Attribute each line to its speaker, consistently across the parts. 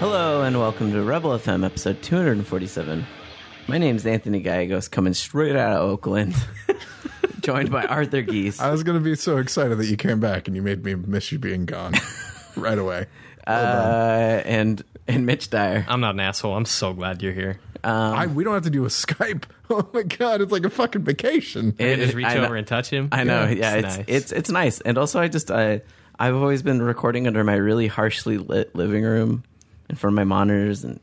Speaker 1: and welcome to Rebel FM episode 247. My name's Anthony Gallegos, coming straight out of Oakland, joined by Arthur Geese.
Speaker 2: I was going to be so excited that you came back and you made me miss you being gone right away.
Speaker 1: uh, and and Mitch Dyer.
Speaker 3: I'm not an asshole. I'm so glad you're here.
Speaker 2: I, we don't have to do a Skype. Oh my god, it's like a fucking vacation.
Speaker 3: I
Speaker 1: It-
Speaker 3: just reach
Speaker 1: I know-
Speaker 3: over and touch him.
Speaker 1: I know,
Speaker 3: It's
Speaker 1: yeah, it's
Speaker 3: nice.
Speaker 1: it's it's nice, and also I just I I've always been recording under my really harshly lit living room in front of my monitors, and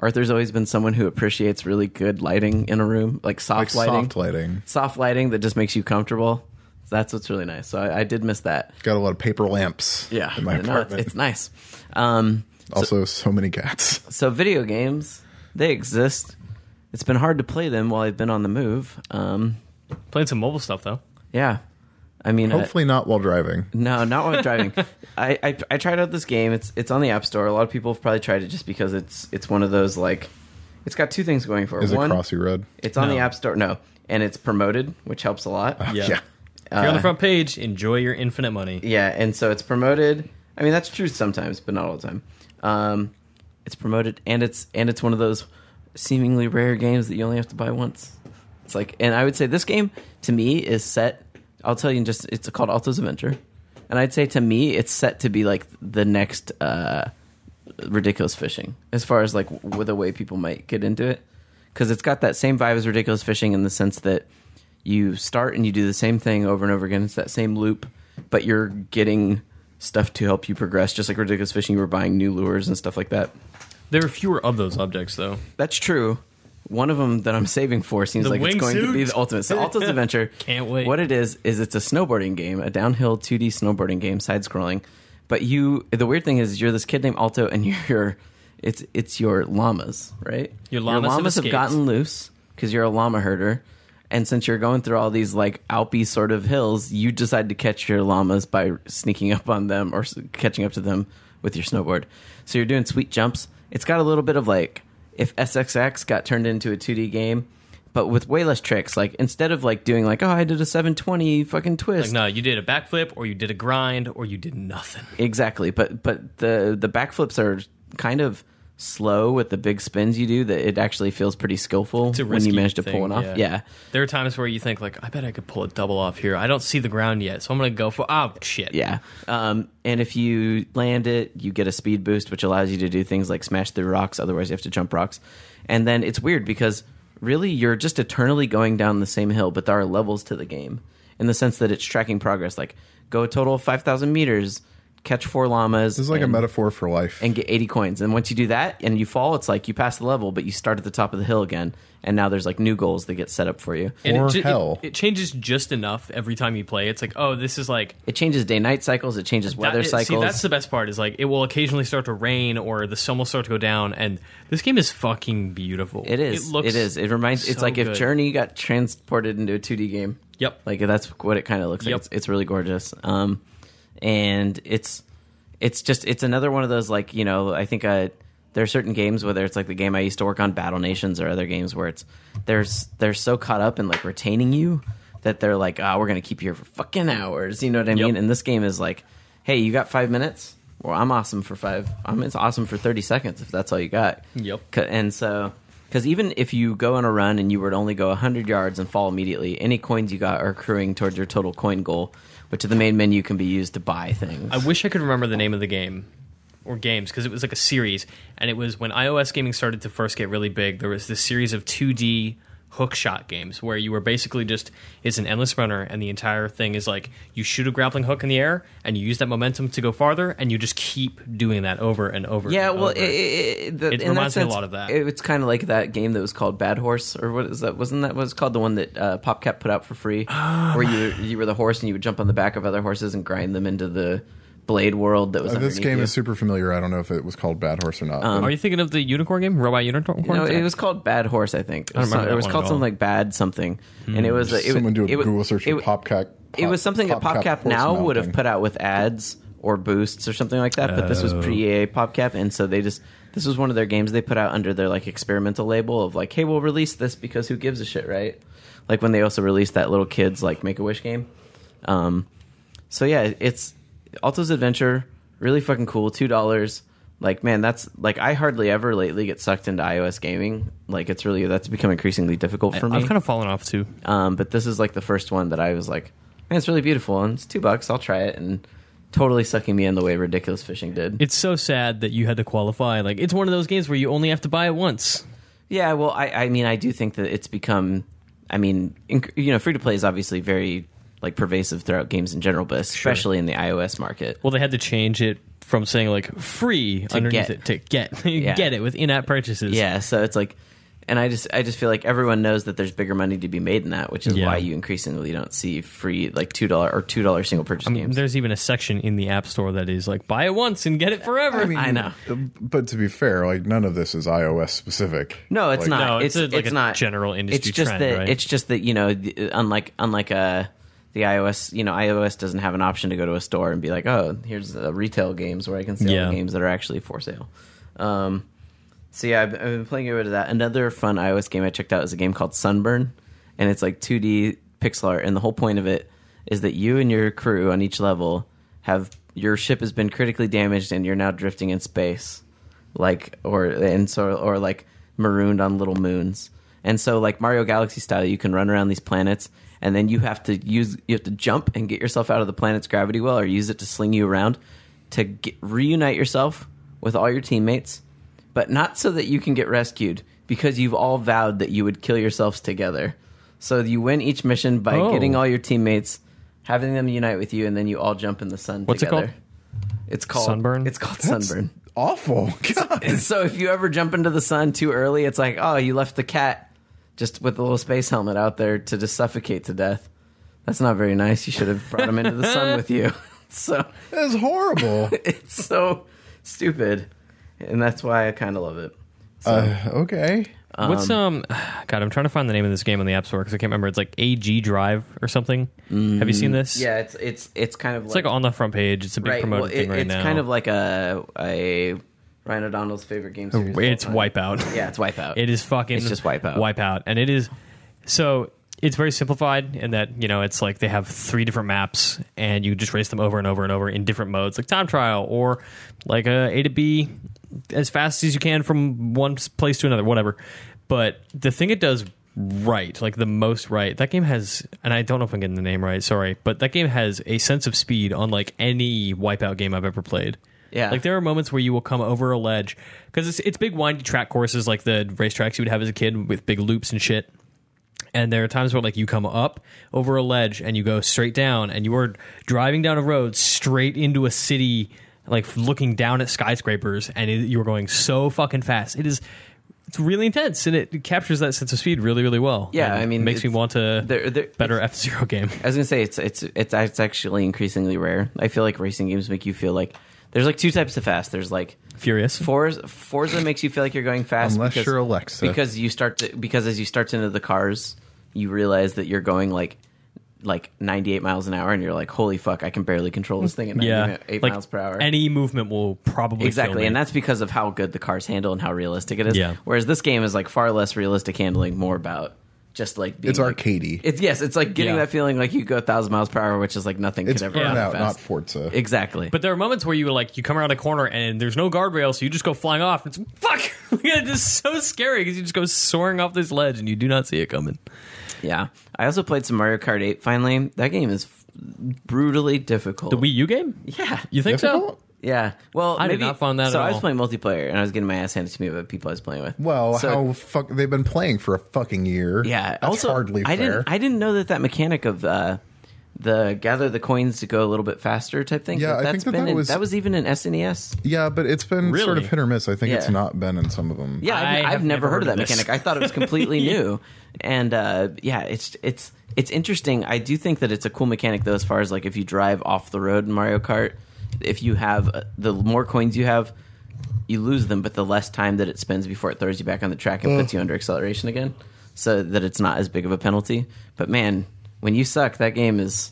Speaker 1: Arthur's always been someone who appreciates really good lighting in a room, like soft lighting,
Speaker 2: Soft lighting.
Speaker 1: soft lighting that just makes you comfortable. So that's what's really nice. So I, I did miss that.
Speaker 2: Got a lot of paper lamps.
Speaker 1: Yeah,
Speaker 2: in my
Speaker 1: No, it's-
Speaker 2: apartment.
Speaker 1: it's, nice. Um,
Speaker 2: also, so many cats.
Speaker 1: so video games they exist. It's been hard to play them while I've been on the move. Um,
Speaker 3: playing some mobile stuff though.
Speaker 1: yeah, I mean, uh,
Speaker 2: Hopefully not while driving.
Speaker 1: No, not while driving. I, I I tried out this game. It's it's on the App Store. A lot of people have probably tried it just because it's it's one of those like it's got two things going for it.
Speaker 2: Is
Speaker 1: one,
Speaker 2: it Crossy Road?
Speaker 1: it's on the
Speaker 3: No.
Speaker 1: App Store. No, and it's promoted, which helps a lot.
Speaker 3: Yeah.
Speaker 2: yeah.
Speaker 3: If you're on
Speaker 1: Uh,
Speaker 3: the front page, enjoy your infinite money.
Speaker 1: Yeah, and so it's promoted. I mean, that's true sometimes, but not all the time. Um, it's promoted, and it's and it's one of those seemingly rare games that you only have to buy once. It's like, and I would say this game to me is set. I'll tell you in just. It's called Alto's Adventure, and I'd say to me it's set to be like the next uh, ridiculous fishing, as far as like w- the way people might get into it, because it's got that same vibe as ridiculous fishing in the sense that you start and you do the same thing over and over again. It's that same loop, but you're getting stuff to help you progress. Just like ridiculous fishing, you were buying new lures and stuff like that.
Speaker 3: There are fewer of those objects though.
Speaker 1: That's true. One of them that I'm saving for seems
Speaker 3: The
Speaker 1: like it's going to be
Speaker 3: wingsuit?
Speaker 1: the ultimate. So Alto's Adventure.
Speaker 3: Can't wait.
Speaker 1: What it is is it's a snowboarding game, a downhill 2D snowboarding game, side scrolling. But you, the weird thing is, you're this kid named Alto, and you're it's it's your llamas, right?
Speaker 3: Your llamas have
Speaker 1: have,
Speaker 3: escaped.
Speaker 1: gotten loose because you're a llama herder, and since you're going through all these like Alpy sort of hills, you decide to catch your llamas by sneaking up on them or s- catching up to them with your snowboard. So you're doing sweet jumps. It's got a little bit of like if SXX got turned into a 2D game, but with way less tricks. Like instead of like doing like oh I did a 720 fucking twist,
Speaker 3: Like, no, you did a backflip, or you did a grind, or you did nothing.
Speaker 1: exactly. But but the the backflips are kind of slow with the big spins you do. That it actually feels pretty skillful
Speaker 3: It's a
Speaker 1: when you
Speaker 3: risky
Speaker 1: manage to
Speaker 3: thing,
Speaker 1: pull one off. yeah.
Speaker 3: There are times where you think like, I bet I could pull a double off here. I don't see the ground yet, so I'm gonna go for oh shit.
Speaker 1: Yeah. Um, and if you land it, you get a speed boost, which allows you to do things like smash through rocks. Otherwise, you have to jump rocks. And then it's weird because really you're just eternally going down the same hill, but there are levels to the game in the sense that it's tracking progress. Like go a total of 5,000 meters, catch four llamas.
Speaker 2: This is like
Speaker 1: and-
Speaker 2: a metaphor for life.
Speaker 1: and get 80 coins. And once you do that and you fall, it's like you pass the level, but you start at the top of the hill again. And now there's like new goals that get set up for you.
Speaker 3: And
Speaker 2: Or
Speaker 3: it, ju- it-
Speaker 2: hell.
Speaker 3: It, changes just enough every time you play. It's like, oh, this is like
Speaker 1: It changes day night cycles, it changes weather
Speaker 3: That- it-
Speaker 1: cycles.
Speaker 3: See, that's the best part is like it will occasionally start to rain or the sun will start to go down, and this game is fucking beautiful.
Speaker 1: It is. It,
Speaker 3: looks.
Speaker 1: it is. It reminds. it's
Speaker 3: so
Speaker 1: like if
Speaker 3: good.
Speaker 1: Journey got transported into a 2D game.
Speaker 3: Yep.
Speaker 1: Like that's what it kind of looks
Speaker 3: Yep.
Speaker 1: like. It's, it's really gorgeous. Um, and it's it's just it's another one of those like you know I think uh there are certain games whether it's like the game I used to work on Battle Nations or other games where it's there's they're so caught up in like retaining you that they're like ah we're gonna keep you here for fucking hours you know what I mean and this game is like hey you got five minutes well I'm awesome for five I'm it's awesome for thirty seconds if that's all you got
Speaker 3: Yep.
Speaker 1: C- and so because even if you go on a run and you were to only go 100 yards and fall immediately any coins you got are accruing towards your total coin goal which in the main menu can be used to buy things
Speaker 3: I wish I could remember the name of the game or games because it was like a series, and it was when iOS gaming started to first get really big. There was this series of 2D hook shot games where you were basically just it's an endless runner, and the entire thing is like you shoot a grappling hook in the air, and you use that momentum to go farther, and you just keep doing that over and over.
Speaker 1: yeah
Speaker 3: and
Speaker 1: well it,
Speaker 3: over.
Speaker 1: it, it, the,
Speaker 3: It
Speaker 1: in
Speaker 3: reminds
Speaker 1: that
Speaker 3: me a
Speaker 1: sense,
Speaker 3: lot of that.
Speaker 1: it- it's kind of like that game that was called bad horse or what is that wasn't that what it's called the one that uh, popcat put out for free
Speaker 3: Ah,
Speaker 1: where you you were the horse and you would jump on the back of other horses and grind them into the blade world that was
Speaker 2: Uh, this
Speaker 1: underneath
Speaker 2: game
Speaker 1: you. Um, oh,
Speaker 2: is super familiar. I don't know if it was called Bad Horse or not. but
Speaker 3: Are you thinking of the unicorn game, Robot Unicorn?
Speaker 1: No, it was called Bad Horse, I think. It was,
Speaker 3: remember
Speaker 1: it
Speaker 3: that
Speaker 1: was
Speaker 3: one
Speaker 1: called
Speaker 3: at
Speaker 1: something
Speaker 3: all.
Speaker 1: like Bad something, and it was it, was-
Speaker 2: Hmm. Someone do a
Speaker 1: it was-
Speaker 2: Google search for
Speaker 1: it-
Speaker 2: PopCap.
Speaker 1: It was something that PopCap now would have put out with ads or boosts or something like that, but this was pre EA PopCap, and so they just this was one of their games they put out under their like experimental label of like, hey, we'll release this because who gives a shit, right? Like when they also released that little kids like Make a Wish game. Um, so yeah, it's Alto's Adventure, really fucking cool. Two dollars. Like man, that's like I hardly ever lately get sucked into iOS gaming. Like it's really that's become increasingly difficult for me.
Speaker 3: I've kind of fallen off too.
Speaker 1: um, but this is like the first one that I was like, man, it's really beautiful and it's two bucks. I'll try it and totally sucking me in the way ridiculous fishing did.
Speaker 3: It's so sad that you had to qualify. Like it's one of those games where you only have to buy it once.
Speaker 1: Yeah, well, I, I mean, I do think that it's become, I mean, inc- you know, free to play is obviously very like pervasive throughout games in general, but especially in the iOS market.
Speaker 3: Well, they had to change it from saying like free underneath
Speaker 1: get.
Speaker 3: it to get You
Speaker 1: Yeah.
Speaker 3: get it with in-app purchases.
Speaker 1: Yeah, so it's like, and I just, I just feel like everyone knows that there's bigger money to be made in that, which is
Speaker 3: Yeah.
Speaker 1: why you increasingly don't see free like two dollar or two dollar single purchase games.
Speaker 3: There's even a section in the app store that is like buy it once and get it forever.
Speaker 1: I know.
Speaker 2: uh, But to be fair, like none of this is iOS specific.
Speaker 1: No, it's
Speaker 2: Like-
Speaker 1: not.
Speaker 3: No, it's
Speaker 1: it's
Speaker 3: a- like
Speaker 1: it's
Speaker 3: a
Speaker 1: not
Speaker 3: general industry
Speaker 1: It's just
Speaker 3: trend,
Speaker 1: that
Speaker 3: right?
Speaker 1: it's just that you know, the- unlike unlike uh, the iOS, you know, iOS doesn't have an option to go to a store and be like, oh, here's uh, retail games where I can sell
Speaker 3: Yeah.
Speaker 1: the games that are actually for sale. Um, so yeah, I've, I've been playing a bit of that. Another fun iOS game I checked out is a game called Sunburn, and it's like 2D pixel art. And the whole point of it is that you and your crew on each level have your ship has been critically damaged, and you're now drifting in space, like or and so or like marooned on little moons. And so like Mario Galaxy style, you can run around these planets. And then you have to use you have to jump and get yourself out of the planet's gravity well, or use it to sling you around to get, reunite yourself with all your teammates but not so that you can get rescued because you've all vowed that you would kill yourselves together. So you win each mission by
Speaker 3: Oh.
Speaker 1: getting all your teammates, having them unite with you, and then you all jump in the sun
Speaker 3: What's it
Speaker 1: together.
Speaker 3: called?
Speaker 1: It's called
Speaker 3: Sunburn?
Speaker 1: It's called
Speaker 2: That's
Speaker 1: sunburn.
Speaker 2: Awful. God.
Speaker 1: So if you ever jump into the sun too early, it's like, oh, you left the cat just with a little space helmet out there to just suffocate to death. That's not very nice. You should have brought him into the sun with you. So
Speaker 2: That's horrible.
Speaker 1: it's so stupid, and that's why I kind of love it.
Speaker 2: uh, okay.
Speaker 3: What's um? God, I'm trying to find the name of this game on the app store because I can't remember. It's like AG Drive or something. Have you seen this?
Speaker 1: Mm, Yeah, it's it's it's kind of
Speaker 3: It's like on the front page. It's a big promoted
Speaker 1: well,
Speaker 3: thing
Speaker 1: it-
Speaker 3: right
Speaker 1: it's
Speaker 3: now.
Speaker 1: kind of like a a Ryan O'Donnell's favorite game series. of all
Speaker 3: it's
Speaker 1: time.
Speaker 3: Wipeout.
Speaker 1: Yeah, it's Wipeout.
Speaker 3: It is fucking.
Speaker 1: It's just Wipeout.
Speaker 3: Wipeout, and it is so. It's very simplified in that you know it's like they have three different maps, and you just race them over and over and over in different modes, like time trial or like a A to B, as fast as you can from one s- place to another, whatever. But the thing it does right, like the most right, that game has, and I don't know if I'm getting the name right, sorry, but that game has a sense of speed unlike any Wipeout game I've ever played.
Speaker 1: Yeah.
Speaker 3: like there are moments where you will come over a ledge because it's it's big windy track courses like the racetracks you would have as a kid with big loops and shit. And there are times where like you come up over a ledge and you go straight down and you are driving down a road straight into a city, like looking down at skyscrapers, and it, you're going so fucking fast. It is. It's really intense, and it captures that sense of speed really, really well.
Speaker 1: Yeah,
Speaker 3: And
Speaker 1: I mean,
Speaker 3: makes me
Speaker 1: it's-
Speaker 3: want a
Speaker 1: there- there-
Speaker 3: better F Zero game.
Speaker 1: I was gonna say it's it's it's it's actually increasingly rare. I feel like racing games make you feel like there's like two types of fast. There's like
Speaker 3: Furious.
Speaker 1: Forza, Forza makes you feel like you're going fast
Speaker 2: Unless
Speaker 1: because,
Speaker 2: you're Alexa.
Speaker 1: because you start to, because as you start to into the cars, you realize that you're going like like 98 miles an hour, and you're like, holy fuck, I can barely control this thing at 98
Speaker 3: yeah, like,
Speaker 1: miles per hour.
Speaker 3: Any movement will probably kill
Speaker 1: Exactly,
Speaker 3: me.
Speaker 1: and that's because of how good the cars handle and how realistic it is.
Speaker 3: Yeah.
Speaker 1: Whereas this game is like far less realistic handling, more about just like being
Speaker 2: It's
Speaker 1: like,
Speaker 2: arcadey.
Speaker 1: It's yes, it's like getting
Speaker 3: Yeah.
Speaker 1: that feeling like you go a thousand miles per hour, which is like nothing
Speaker 2: It's
Speaker 1: could ever happen
Speaker 2: burnout, not
Speaker 1: fast.
Speaker 2: Forza.
Speaker 1: exactly.
Speaker 3: But there are moments where you like you come around a corner and there's no guardrail, so you just go flying off. It's fuck, yeah, it's just so scary because you just go soaring off this ledge and you do not see it coming.
Speaker 1: yeah, I also played some Mario Kart Eight. Finally, that game is f- brutally difficult.
Speaker 3: The Wii U game?
Speaker 1: yeah,
Speaker 3: You think
Speaker 2: Difficult?
Speaker 3: so?
Speaker 1: yeah. Well,
Speaker 3: I did
Speaker 1: maybe-
Speaker 3: not find that
Speaker 1: So
Speaker 3: at
Speaker 1: I was
Speaker 3: all.
Speaker 1: playing multiplayer, and I was getting my ass handed to me by people I was playing with.
Speaker 2: Well,
Speaker 1: So-
Speaker 2: how fuck they've been playing for a fucking year.
Speaker 1: Yeah,
Speaker 2: That's
Speaker 1: also
Speaker 2: hardly
Speaker 1: I
Speaker 2: fair.
Speaker 1: didn't I didn't know that that mechanic of uh, the gather the coins to go a little bit faster type thing.
Speaker 2: Yeah, I
Speaker 1: that's
Speaker 2: think that
Speaker 1: been
Speaker 2: that
Speaker 1: in-
Speaker 2: was-
Speaker 1: that was even in E SNES.
Speaker 2: yeah, but it's been sort
Speaker 3: Really?
Speaker 2: of hit or miss. I think it's
Speaker 1: Yeah.
Speaker 2: not been in some of them.
Speaker 1: Yeah,
Speaker 3: I
Speaker 1: I've, I've
Speaker 3: have
Speaker 1: never heard of that
Speaker 3: this.
Speaker 1: mechanic. I thought it was completely new, and uh, yeah, it's it's it's interesting. I do think that it's a cool mechanic though, as far as like if you drive off the road in Mario Kart, if you have uh, the more coins you have. You lose them, but the less time that it spends before it throws you back on the track and puts you under acceleration again, so that it's not as big of a penalty. But man, when you suck, that game is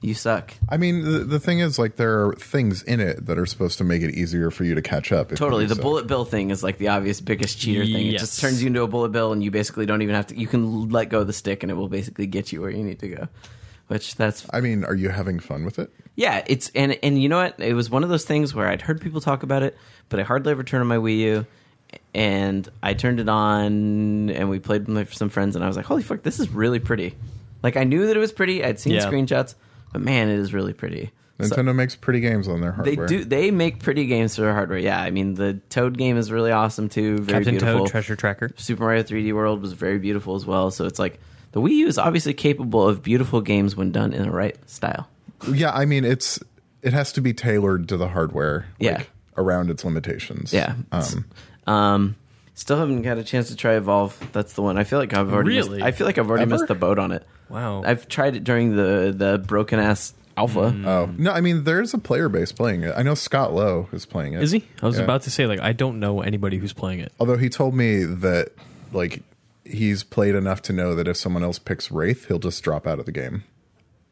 Speaker 1: you suck.
Speaker 2: I mean, the, the thing is, like, there are things in it that are supposed to make it easier for you to catch up. if
Speaker 1: Totally.
Speaker 2: you
Speaker 1: The
Speaker 2: suck.
Speaker 1: bullet bill thing is like the obvious biggest cheater thing. It
Speaker 3: Yes.
Speaker 1: just turns you into a bullet bill and you basically don't even have to you can let go of the stick and it will basically get you where you need to go. Which that's
Speaker 2: I mean, are you having fun with it?
Speaker 1: yeah, it's and and you know what? It was one of those things where I'd heard people talk about it, but I hardly ever turn on my Wii U. And I turned it on, and we played with my- some friends, and I was like, "Holy fuck, this is really pretty!" Like I knew that it was pretty. I'd seen
Speaker 3: Yeah.
Speaker 1: screenshots, but man, it is really pretty. So-
Speaker 2: Nintendo makes pretty games on their
Speaker 1: they
Speaker 2: hardware.
Speaker 1: do. They make pretty games for their hardware. Yeah, I mean the Toad game is really awesome too. Very
Speaker 3: Captain
Speaker 1: beautiful.
Speaker 3: Toad Treasure Tracker.
Speaker 1: Super Mario 3D World was very beautiful as well. So it's like the Wii U is obviously capable of beautiful games when done in the right style.
Speaker 2: Yeah, I mean it's it has to be tailored to the hardware.
Speaker 1: Yeah.
Speaker 2: like, around its limitations.
Speaker 1: Yeah.
Speaker 2: Um,
Speaker 1: Um, still haven't got a chance to try Evolve. That's the one. I feel like I've already.
Speaker 3: Really?
Speaker 1: Missed, I feel like I've already
Speaker 2: Ever?
Speaker 1: missed the boat on it.
Speaker 3: Wow.
Speaker 1: I've tried it during the the broken ass alpha.
Speaker 3: Mm.
Speaker 2: oh no, I mean there's a player base playing it. I know Scott Lowe is playing it.
Speaker 3: Is he? I was
Speaker 2: Yeah.
Speaker 3: about to say like I don't know anybody who's playing it.
Speaker 2: Although he told me that like he's played enough to know that if someone else picks Wraith, he'll just drop out of the game.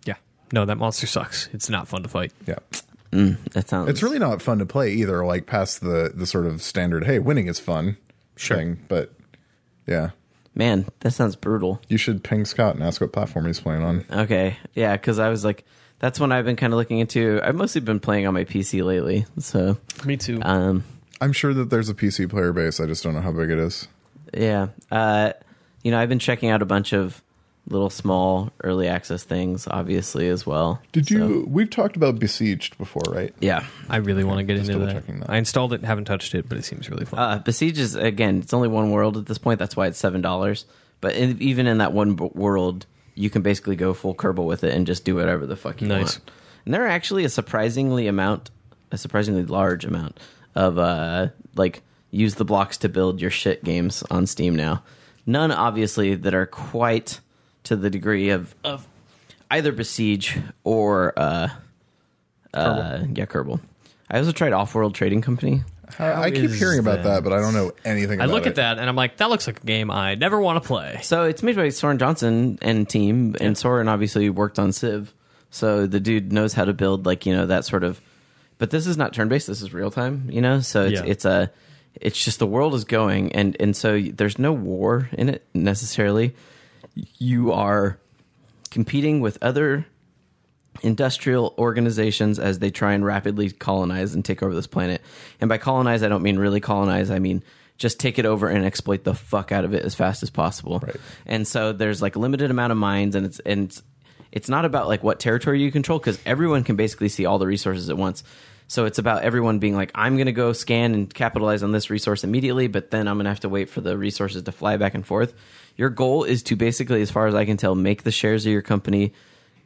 Speaker 3: Yeah. No, that monster sucks. It's not fun to fight.
Speaker 2: Yeah.
Speaker 1: that sounds.
Speaker 2: It's really not fun to play either, like past the the sort of standard, hey, winning is fun
Speaker 3: Sure.
Speaker 2: thing. But yeah.
Speaker 1: man. That sounds brutal.
Speaker 2: You should ping Scott and ask what platform he's playing on.
Speaker 1: Okay. Yeah, because I was like, that's one I've been kind of looking into. I've mostly been playing on my PC lately. So,
Speaker 3: Me too.
Speaker 1: um,
Speaker 2: I'm sure that there's a PC player base. I just don't know how big it is.
Speaker 1: yeah. Uh, you know, I've been checking out a bunch of little small early access things, obviously, as well.
Speaker 2: Did
Speaker 1: So-
Speaker 2: you? We've talked about Besieged before, right?
Speaker 1: yeah.
Speaker 3: I really want to get
Speaker 2: just
Speaker 3: into
Speaker 2: double
Speaker 3: that.
Speaker 2: checking that.
Speaker 3: I installed it, haven't touched it, but it seems really fun.
Speaker 1: Uh, Besiege is, again, it's only one world at this point. That's why it's $7. But in, even in that one b- world, you can basically go full Kerbal with it and just do whatever the fuck you
Speaker 3: Nice.
Speaker 1: want. And there are actually a surprisingly amount, a surprisingly large amount of uh like use the blocks to build your shit games on Steam now. None obviously that are quite to the degree of of either Besiege or uh uh yeah Kerbal. I also tried Off-World Trading Company.
Speaker 2: I, I keep
Speaker 3: is
Speaker 2: hearing about
Speaker 3: that?
Speaker 2: that, but I don't know anything.
Speaker 3: I
Speaker 2: about
Speaker 3: look
Speaker 2: it.
Speaker 3: at that and I'm like, that looks like a game I never want to play.
Speaker 1: So it's made by Soren Johnson and team, and Soren obviously worked on Civ, so the dude knows how to build like you know that sort of. But this is not turn based. This is real time. You know, so it's
Speaker 3: Yeah.
Speaker 1: it's a, it's just the world is going, and and so there's no war in it necessarily. You are competing with other industrial organizations as they try and rapidly colonize and take over this planet. And by colonize, I don't mean really colonize. I mean just take it over and exploit the fuck out of it as fast as possible.
Speaker 2: Right.
Speaker 1: And so there's like limited amount of mines, and it's and it's, it's not about like what territory you control because everyone can basically see all the resources at once. So it's about everyone being like, I'm going to go scan and capitalize on this resource immediately, but then I'm going to have to wait for the resources to fly back and forth. Your goal is to basically, as far as I can tell, make the shares of your company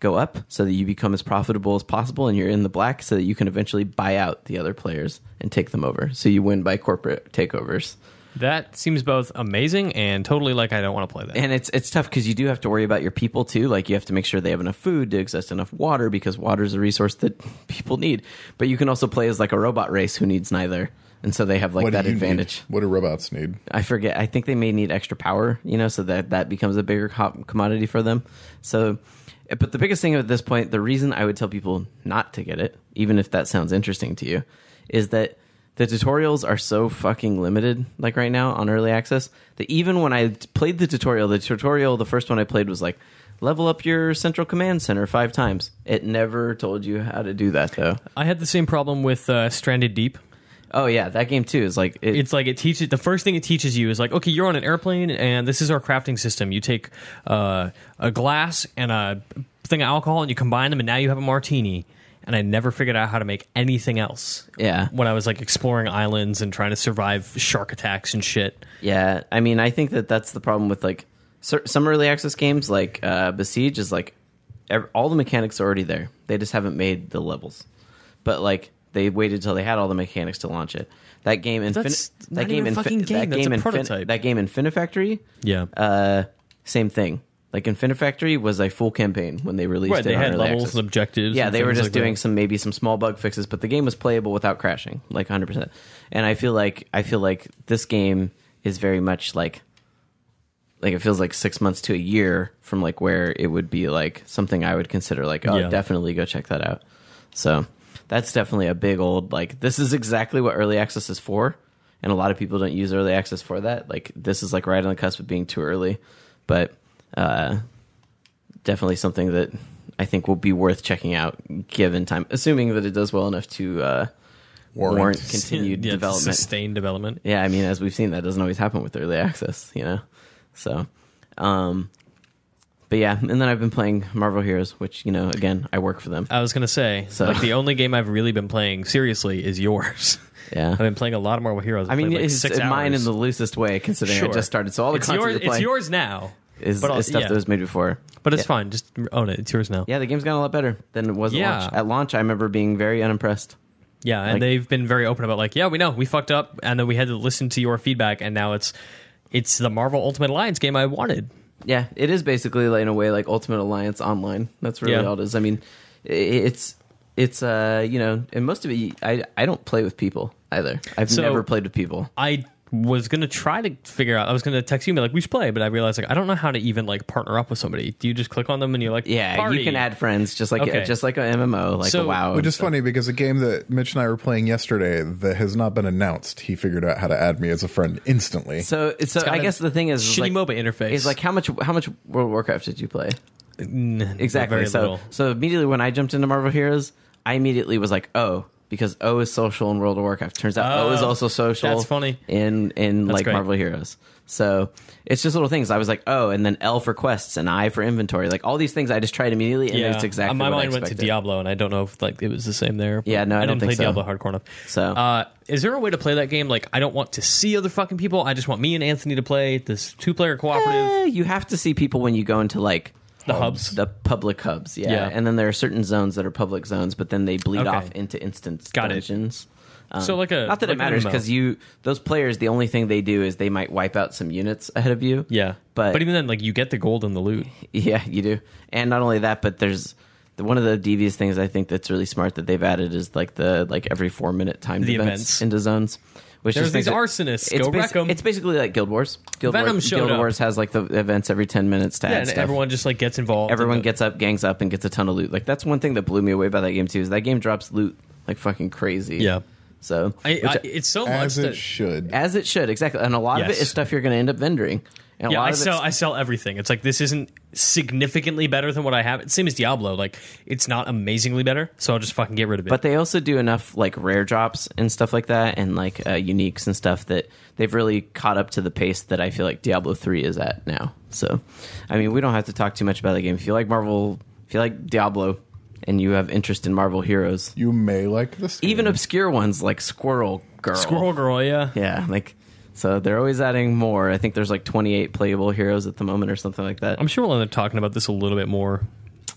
Speaker 1: go up so that you become as profitable as possible and you're in the black so that you can eventually buy out the other players and take them over. So you win by corporate takeovers.
Speaker 3: That seems both amazing and totally like I don't want to play that.
Speaker 1: And it's it's tough because you do have to worry about your people too. Like you have to make sure they have enough food to exist, enough water because water is a resource that people need. But you can also play as like a robot race who needs neither, and so they have like
Speaker 2: What do
Speaker 1: that
Speaker 2: you need?
Speaker 1: advantage.
Speaker 2: What do robots need?
Speaker 1: I forget. I think they may need extra power, you know, so that that becomes a bigger co- commodity for them. So, eh, but the biggest thing at this point, the reason I would tell people not to get it, even if that sounds interesting to you, is that the tutorials are so fucking limited, like right now on early access, that even when I played the tutorial, the tutorial, the first one I played was like, level up your central command center five times. It never told you how to do that, though.
Speaker 3: I had the same problem with uh, Stranded Deep.
Speaker 1: Oh, yeah, that game too is like, it,
Speaker 3: It's like it teaches the first thing it teaches you is like, okay, you're on an airplane and this is our crafting system. You take uh, a glass and a thing of alcohol and you combine them and now you have a martini. And I never figured out how to make anything else.
Speaker 1: Yeah.
Speaker 3: When I was like exploring islands and trying to survive shark attacks and shit.
Speaker 1: Yeah, I mean, I think that that's the problem with like cer- some early access games, like uh, Besiege, is like ev- all the mechanics are already there. They just haven't made the levels, but like they waited till they had all the mechanics to launch it. That game, Infin-
Speaker 3: That's
Speaker 1: that
Speaker 3: not
Speaker 1: game,
Speaker 3: even a
Speaker 1: Infin-
Speaker 3: fucking game,
Speaker 1: that
Speaker 3: that's
Speaker 1: game,
Speaker 3: a
Speaker 1: Infin-
Speaker 3: prototype.
Speaker 1: that game, Infinifactory,
Speaker 3: Yeah.
Speaker 1: uh, same thing. Like Infinifactory was a full campaign when they released
Speaker 3: right.
Speaker 1: it.
Speaker 3: They
Speaker 1: on
Speaker 3: had
Speaker 1: early
Speaker 3: levels
Speaker 1: access.
Speaker 3: and objectives.
Speaker 1: Yeah,
Speaker 3: and
Speaker 1: they were
Speaker 3: things
Speaker 1: just
Speaker 3: like
Speaker 1: doing
Speaker 3: that.
Speaker 1: some maybe some small bug fixes, but the game was playable without crashing, like 100%. And I feel like I feel like this game is very much like like it feels like 6 months to a year from like where it would be like something I would consider like oh,
Speaker 3: Yeah.
Speaker 1: definitely go check that out. So, that's definitely a big old like this is exactly what early access is for, and a lot of people don't use early access for that. Like this is like right on the cusp of being too early, but uh definitely something that I think will be worth checking out given time, assuming that it does well enough to uh,
Speaker 2: Warrant.
Speaker 1: warrant continued
Speaker 3: Yeah,
Speaker 1: development.
Speaker 3: sustained development.
Speaker 1: yeah, I mean, as we've seen, that doesn't always happen with early access, you know. So, um, but yeah, and then I've been playing Marvel Heroes, which you know, again, I work for them.
Speaker 3: I was gonna say,
Speaker 1: So-
Speaker 3: like the only game I've really been playing seriously is yours.
Speaker 1: Yeah,
Speaker 3: I've been playing a lot of Marvel Heroes.
Speaker 1: I mean,
Speaker 3: I've played, like
Speaker 1: it's
Speaker 3: six hours.
Speaker 1: mine in the loosest way, considering
Speaker 3: Sure.
Speaker 1: I just started. So all the
Speaker 3: it's
Speaker 1: content
Speaker 3: yours,
Speaker 1: you're
Speaker 3: it's
Speaker 1: playing
Speaker 3: yours now.
Speaker 1: is,
Speaker 3: but I'll-
Speaker 1: is stuff
Speaker 3: yeah.
Speaker 1: that was made before.
Speaker 3: But it's fine. Just own it. It's yours now.
Speaker 1: Yeah, the game's gotten a lot better than it was
Speaker 3: Yeah.
Speaker 1: at launch. At launch, I remember being very unimpressed.
Speaker 3: Yeah, and
Speaker 1: Like-
Speaker 3: they've been very open about like, yeah, we know we fucked up, and then we had to listen to your feedback, and now it's it's the Marvel Ultimate Alliance game I wanted.
Speaker 1: Yeah, it is basically like, in a way like Ultimate Alliance online. That's really
Speaker 3: Yeah.
Speaker 1: all it is. I mean, i- it's it's uh you know, and most of it I I don't play with people either. I've
Speaker 3: So-
Speaker 1: never played with people.
Speaker 3: I was gonna try to figure out. I was gonna text you and be like, we should play, but I realized like I don't know how to even like partner up with somebody. Do you just click on them and you're like,
Speaker 1: Yeah,
Speaker 3: party?
Speaker 1: you can add friends just like
Speaker 3: Okay.
Speaker 1: just like an MMO, like
Speaker 3: Oh, So-
Speaker 1: a WoW.
Speaker 2: Which is funny because a game that Mitch and I were playing yesterday that has not been announced, he figured out how to add me as a friend instantly.
Speaker 1: so so I
Speaker 3: of
Speaker 1: guess the thing is is like,
Speaker 3: shitty MOBA interface.
Speaker 1: Is like how much how much World of Warcraft did you play?
Speaker 3: N-
Speaker 1: Exactly.
Speaker 3: very
Speaker 1: so
Speaker 3: little.
Speaker 1: so immediately when I jumped into Marvel Heroes, I immediately was like, oh, because O is social in World of Warcraft. Turns out O
Speaker 3: Oh,
Speaker 1: is also social.
Speaker 3: that's funny.
Speaker 1: In in like
Speaker 3: great.
Speaker 1: Marvel Heroes. So it's just little things. I was like, oh, and then L for quests and I for inventory. Like all these things I just tried immediately and
Speaker 3: yeah,
Speaker 1: it's exactly
Speaker 3: my
Speaker 1: what I
Speaker 3: mind went to
Speaker 1: expected.
Speaker 3: Diablo, and I don't know if like it was the same there.
Speaker 1: Yeah, no, I
Speaker 3: I
Speaker 1: don't
Speaker 3: didn't
Speaker 1: think
Speaker 3: play
Speaker 1: so.
Speaker 3: Diablo hardcore enough.
Speaker 1: So-
Speaker 3: uh, is there a way to play that game? Like, I don't want to see other fucking people. I just want me and Anthony to play this two-player cooperative.
Speaker 1: Eh, you have to see people when you go into like
Speaker 3: The hubs.
Speaker 1: the public hubs, yeah.
Speaker 3: Yeah.
Speaker 1: And then there are certain zones that are public zones, but then they bleed
Speaker 3: Okay.
Speaker 1: off into instance
Speaker 3: Got it.
Speaker 1: dungeons. Um,
Speaker 3: So like a-
Speaker 1: not that
Speaker 3: like
Speaker 1: it
Speaker 3: an
Speaker 1: matters
Speaker 3: MMO.
Speaker 1: because you those players the only thing they do is they might wipe out some units ahead of you.
Speaker 3: Yeah,
Speaker 1: but,
Speaker 3: even then, like you get the gold and the loot.
Speaker 1: yeah, you do. And not only that, but there's the, one of the devious things I think that's really smart that they've added is like the like every four minute timed
Speaker 3: The
Speaker 1: events,
Speaker 3: events.
Speaker 1: into zones. Which
Speaker 3: There's
Speaker 1: just makes
Speaker 3: these
Speaker 1: it-
Speaker 3: arsonists.
Speaker 1: It's
Speaker 3: Go wreck 'em.
Speaker 1: It's basically like Guild Wars. Guild,
Speaker 3: Venom
Speaker 1: Wars,
Speaker 3: showed
Speaker 1: Guild
Speaker 3: up.
Speaker 1: Wars has like the events every ten minutes to
Speaker 3: Yeah,
Speaker 1: add
Speaker 3: and
Speaker 1: stuff
Speaker 3: everyone just like gets involved.
Speaker 1: everyone
Speaker 3: And-
Speaker 1: gets up, gangs up, and gets a ton of loot. Like that's one thing that blew me away by that game too. Is that game drops loot like fucking crazy.
Speaker 3: Yeah.
Speaker 1: So
Speaker 3: I,
Speaker 1: which-
Speaker 3: I, it's so much
Speaker 2: as it
Speaker 3: that
Speaker 2: should.
Speaker 1: as it should exactly, and a lot of it
Speaker 3: Yes.
Speaker 1: is stuff you're going to end up vendoring. And a
Speaker 3: yeah,
Speaker 1: lot
Speaker 3: I
Speaker 1: of it's-
Speaker 3: sell I sell everything. It's like this isn't significantly better than what I have. It's same as Diablo. Like it's not amazingly better, so I'll just fucking get rid of it.
Speaker 1: But they also do enough like rare drops and stuff like that, and like uh, uniques and stuff that they've really caught up to the pace that I feel like Diablo three is at now. So, I mean, we don't have to talk too much about the game. If you like Marvel, if you like Diablo, and you have interest in Marvel heroes,
Speaker 2: You may like this. Game.
Speaker 1: even obscure ones like Squirrel Girl,
Speaker 3: Squirrel Girl, yeah.
Speaker 1: Yeah, like so they're always adding more. I think there's like 28 playable heroes at the moment or something like that.
Speaker 3: I'm sure we'll end up talking about this a little bit more.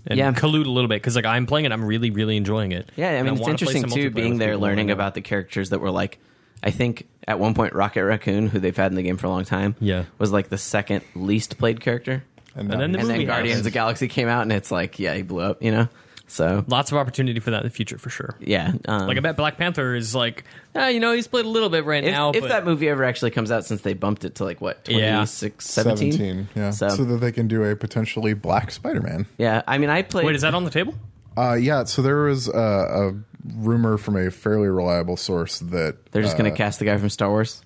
Speaker 3: And
Speaker 1: Yeah.
Speaker 3: collude a little bit because like I'm playing it, I'm really really enjoying it.
Speaker 1: yeah, I
Speaker 3: And
Speaker 1: mean it's
Speaker 3: wanna play
Speaker 1: interesting
Speaker 3: some
Speaker 1: too
Speaker 3: multiplayer
Speaker 1: being
Speaker 3: with
Speaker 1: there
Speaker 3: people
Speaker 1: learning
Speaker 3: right now.
Speaker 1: about the characters that were like I think at one point Rocket Raccoon, who they've had in the game for a long time,
Speaker 3: Yeah.
Speaker 1: was like the second least played character.
Speaker 3: and then the
Speaker 1: And then
Speaker 3: movie
Speaker 1: Guardians of the
Speaker 3: happened.
Speaker 1: Galaxy came out and it's like, yeah, he blew up, you know. So,
Speaker 3: Lots of opportunity for that in the future for sure.
Speaker 1: yeah. Um,
Speaker 3: Like I bet Black Panther is like, ah, you know, he's played a little bit right
Speaker 1: if,
Speaker 3: now.
Speaker 1: if
Speaker 3: but
Speaker 1: that movie ever actually comes out since they bumped it to like what,
Speaker 3: Yeah.
Speaker 1: 26, 17?
Speaker 2: 17. yeah.
Speaker 1: So,
Speaker 2: So. that they can do a potentially black Spider-Man.
Speaker 1: yeah, I mean I played
Speaker 3: wait, is that on the table?
Speaker 2: Uh, yeah. So there was uh, a rumor from a fairly reliable source that
Speaker 1: they're just going to cast the guy from Star Wars.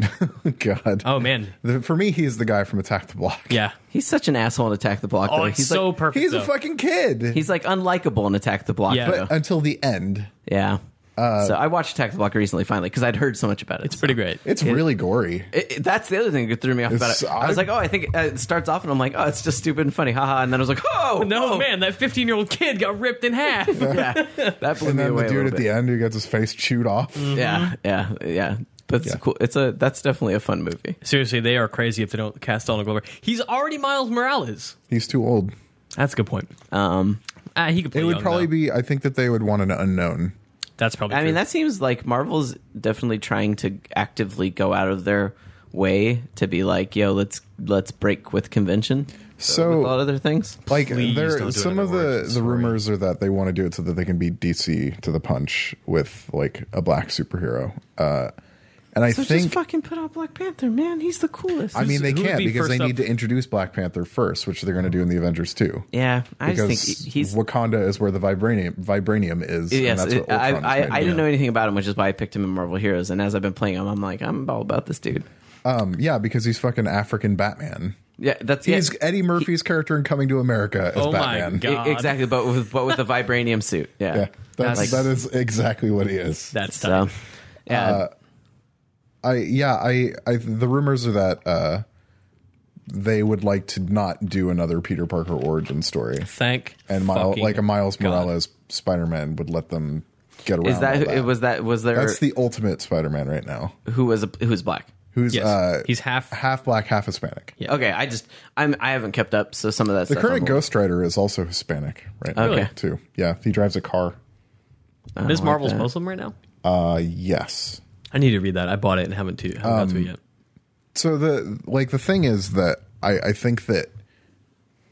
Speaker 2: uh, God.
Speaker 3: Oh man,
Speaker 2: The- for me, he's the guy from Attack the Block.
Speaker 3: yeah.
Speaker 1: He's such an asshole in Attack the Block.
Speaker 3: Oh,
Speaker 1: though.
Speaker 3: it's
Speaker 1: he's
Speaker 3: so
Speaker 1: like,
Speaker 3: perfect.
Speaker 2: He's a
Speaker 3: though.
Speaker 2: fucking kid.
Speaker 1: he's like unlikable in Attack the Block.
Speaker 3: Yeah.
Speaker 1: though.
Speaker 2: but until the end,
Speaker 1: yeah.
Speaker 2: Uh,
Speaker 1: so I watched Attack the Block recently, finally, because I'd heard so much about it.
Speaker 3: It's pretty great.
Speaker 2: it's really gory.
Speaker 1: It, it- that's the other thing that threw me off about
Speaker 2: It's-
Speaker 1: it. I was
Speaker 2: I-
Speaker 1: like, oh, I think uh, it starts off, and I'm like, oh, it's just stupid and funny, haha. And then I was like, oh,
Speaker 3: No
Speaker 1: whoa.
Speaker 3: man, that 15 year old kid got ripped in half.
Speaker 1: yeah, that blew
Speaker 2: and
Speaker 1: me
Speaker 2: then
Speaker 1: away.
Speaker 2: the dude
Speaker 1: a little
Speaker 2: at the
Speaker 1: bit.
Speaker 2: end who gets his face chewed off.
Speaker 1: yeah, yeah, yeah. That's
Speaker 2: Yeah.
Speaker 1: cool. It's a that's definitely a fun movie.
Speaker 3: Seriously, they are crazy if they don't cast Donald Glover. He's already Miles Morales.
Speaker 2: He's too old.
Speaker 3: That's a good point.
Speaker 1: Um,
Speaker 3: Uh, he could play.
Speaker 2: It would
Speaker 3: young,
Speaker 2: probably
Speaker 3: though.
Speaker 2: be. I think that they would want an unknown.
Speaker 3: That's probably.
Speaker 1: I
Speaker 3: true.
Speaker 1: mean, that seems like Marvel's definitely trying to actively go out of their way to be like, yo, let's let's break with convention.
Speaker 2: So-
Speaker 1: with a lot of other things.
Speaker 2: Like
Speaker 4: Please
Speaker 2: there,
Speaker 4: don't do it
Speaker 2: some
Speaker 4: in
Speaker 2: of
Speaker 4: an
Speaker 2: the
Speaker 4: origin
Speaker 2: the
Speaker 4: story.
Speaker 2: rumors are that they want to do it so that they can beat DC to the punch with like a black superhero. Uh, and I
Speaker 1: So just
Speaker 2: think
Speaker 1: fucking put out Black Panther, man. He's the coolest.
Speaker 2: I mean they
Speaker 3: who would
Speaker 2: can't
Speaker 3: be
Speaker 2: because
Speaker 3: first
Speaker 2: they
Speaker 3: up?
Speaker 2: need to introduce Black Panther first, which they're going to do in the Avengers too.
Speaker 1: yeah, I just
Speaker 2: Because
Speaker 1: think he- he's.
Speaker 2: Wakanda is where the vibranium vibranium is.
Speaker 1: Yes,
Speaker 2: and that's
Speaker 1: it-
Speaker 2: what
Speaker 1: I,
Speaker 2: Ultron is made
Speaker 1: I, I
Speaker 2: of.
Speaker 1: didn't know anything about him, which is why I picked him in Marvel Heroes. And as I've been playing him, I'm like, I'm all about this dude.
Speaker 2: Um, yeah, because he's fucking African Batman.
Speaker 1: Yeah, that's yeah,
Speaker 2: He's Eddie Murphy's character in Coming to America as
Speaker 3: Oh my
Speaker 2: Batman.
Speaker 3: God.
Speaker 1: e- exactly. But with but with the vibranium suit, yeah.
Speaker 2: Yeah. That's,
Speaker 3: That's-
Speaker 2: that is exactly what he is.
Speaker 3: That's
Speaker 1: So,
Speaker 3: tough.
Speaker 1: yeah,
Speaker 2: Uh, I yeah, I, I the rumors are that uh they would like to not do another Peter Parker origin story.
Speaker 3: Thank
Speaker 2: And Miles
Speaker 3: fucking
Speaker 2: like a Miles
Speaker 3: God.
Speaker 2: Morales Spider-Man would let them get around
Speaker 1: is that,
Speaker 2: all
Speaker 1: who- it? Was that was there
Speaker 2: That's the ultimate Spider-Man right now.
Speaker 1: who was a, who's black?
Speaker 2: Who's
Speaker 3: Yes,
Speaker 2: uh
Speaker 3: he's half.
Speaker 2: half black, half Hispanic.
Speaker 1: Okay, I just I'm I haven't kept up, so some of that
Speaker 2: The
Speaker 1: stuff
Speaker 2: current
Speaker 1: I'm-
Speaker 2: Ghost Rider is also Hispanic right now
Speaker 1: Really?
Speaker 2: too. Yeah, he drives a car.
Speaker 1: I don't
Speaker 3: Is
Speaker 1: like
Speaker 3: Marvel's
Speaker 1: that.
Speaker 3: Muslim right now?
Speaker 2: Uh yes.
Speaker 3: I need to read that. I bought it and haven't to haven't got to
Speaker 1: Um,
Speaker 3: it yet.
Speaker 2: so the like the thing is that I, I think that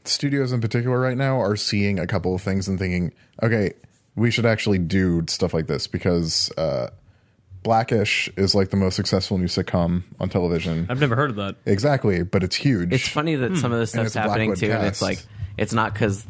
Speaker 2: studios in particular right now are seeing a couple of things and thinking, okay, we should actually do stuff like this because uh, Blackish is like the most successful new sitcom on television.
Speaker 3: I've never heard of that.
Speaker 2: exactly, but it's huge.
Speaker 1: It's funny that some of this
Speaker 2: And
Speaker 1: stuff's
Speaker 2: Hmm. it's a
Speaker 1: happening
Speaker 2: Blackwood
Speaker 1: too, and it's
Speaker 2: cast.
Speaker 1: like it's not because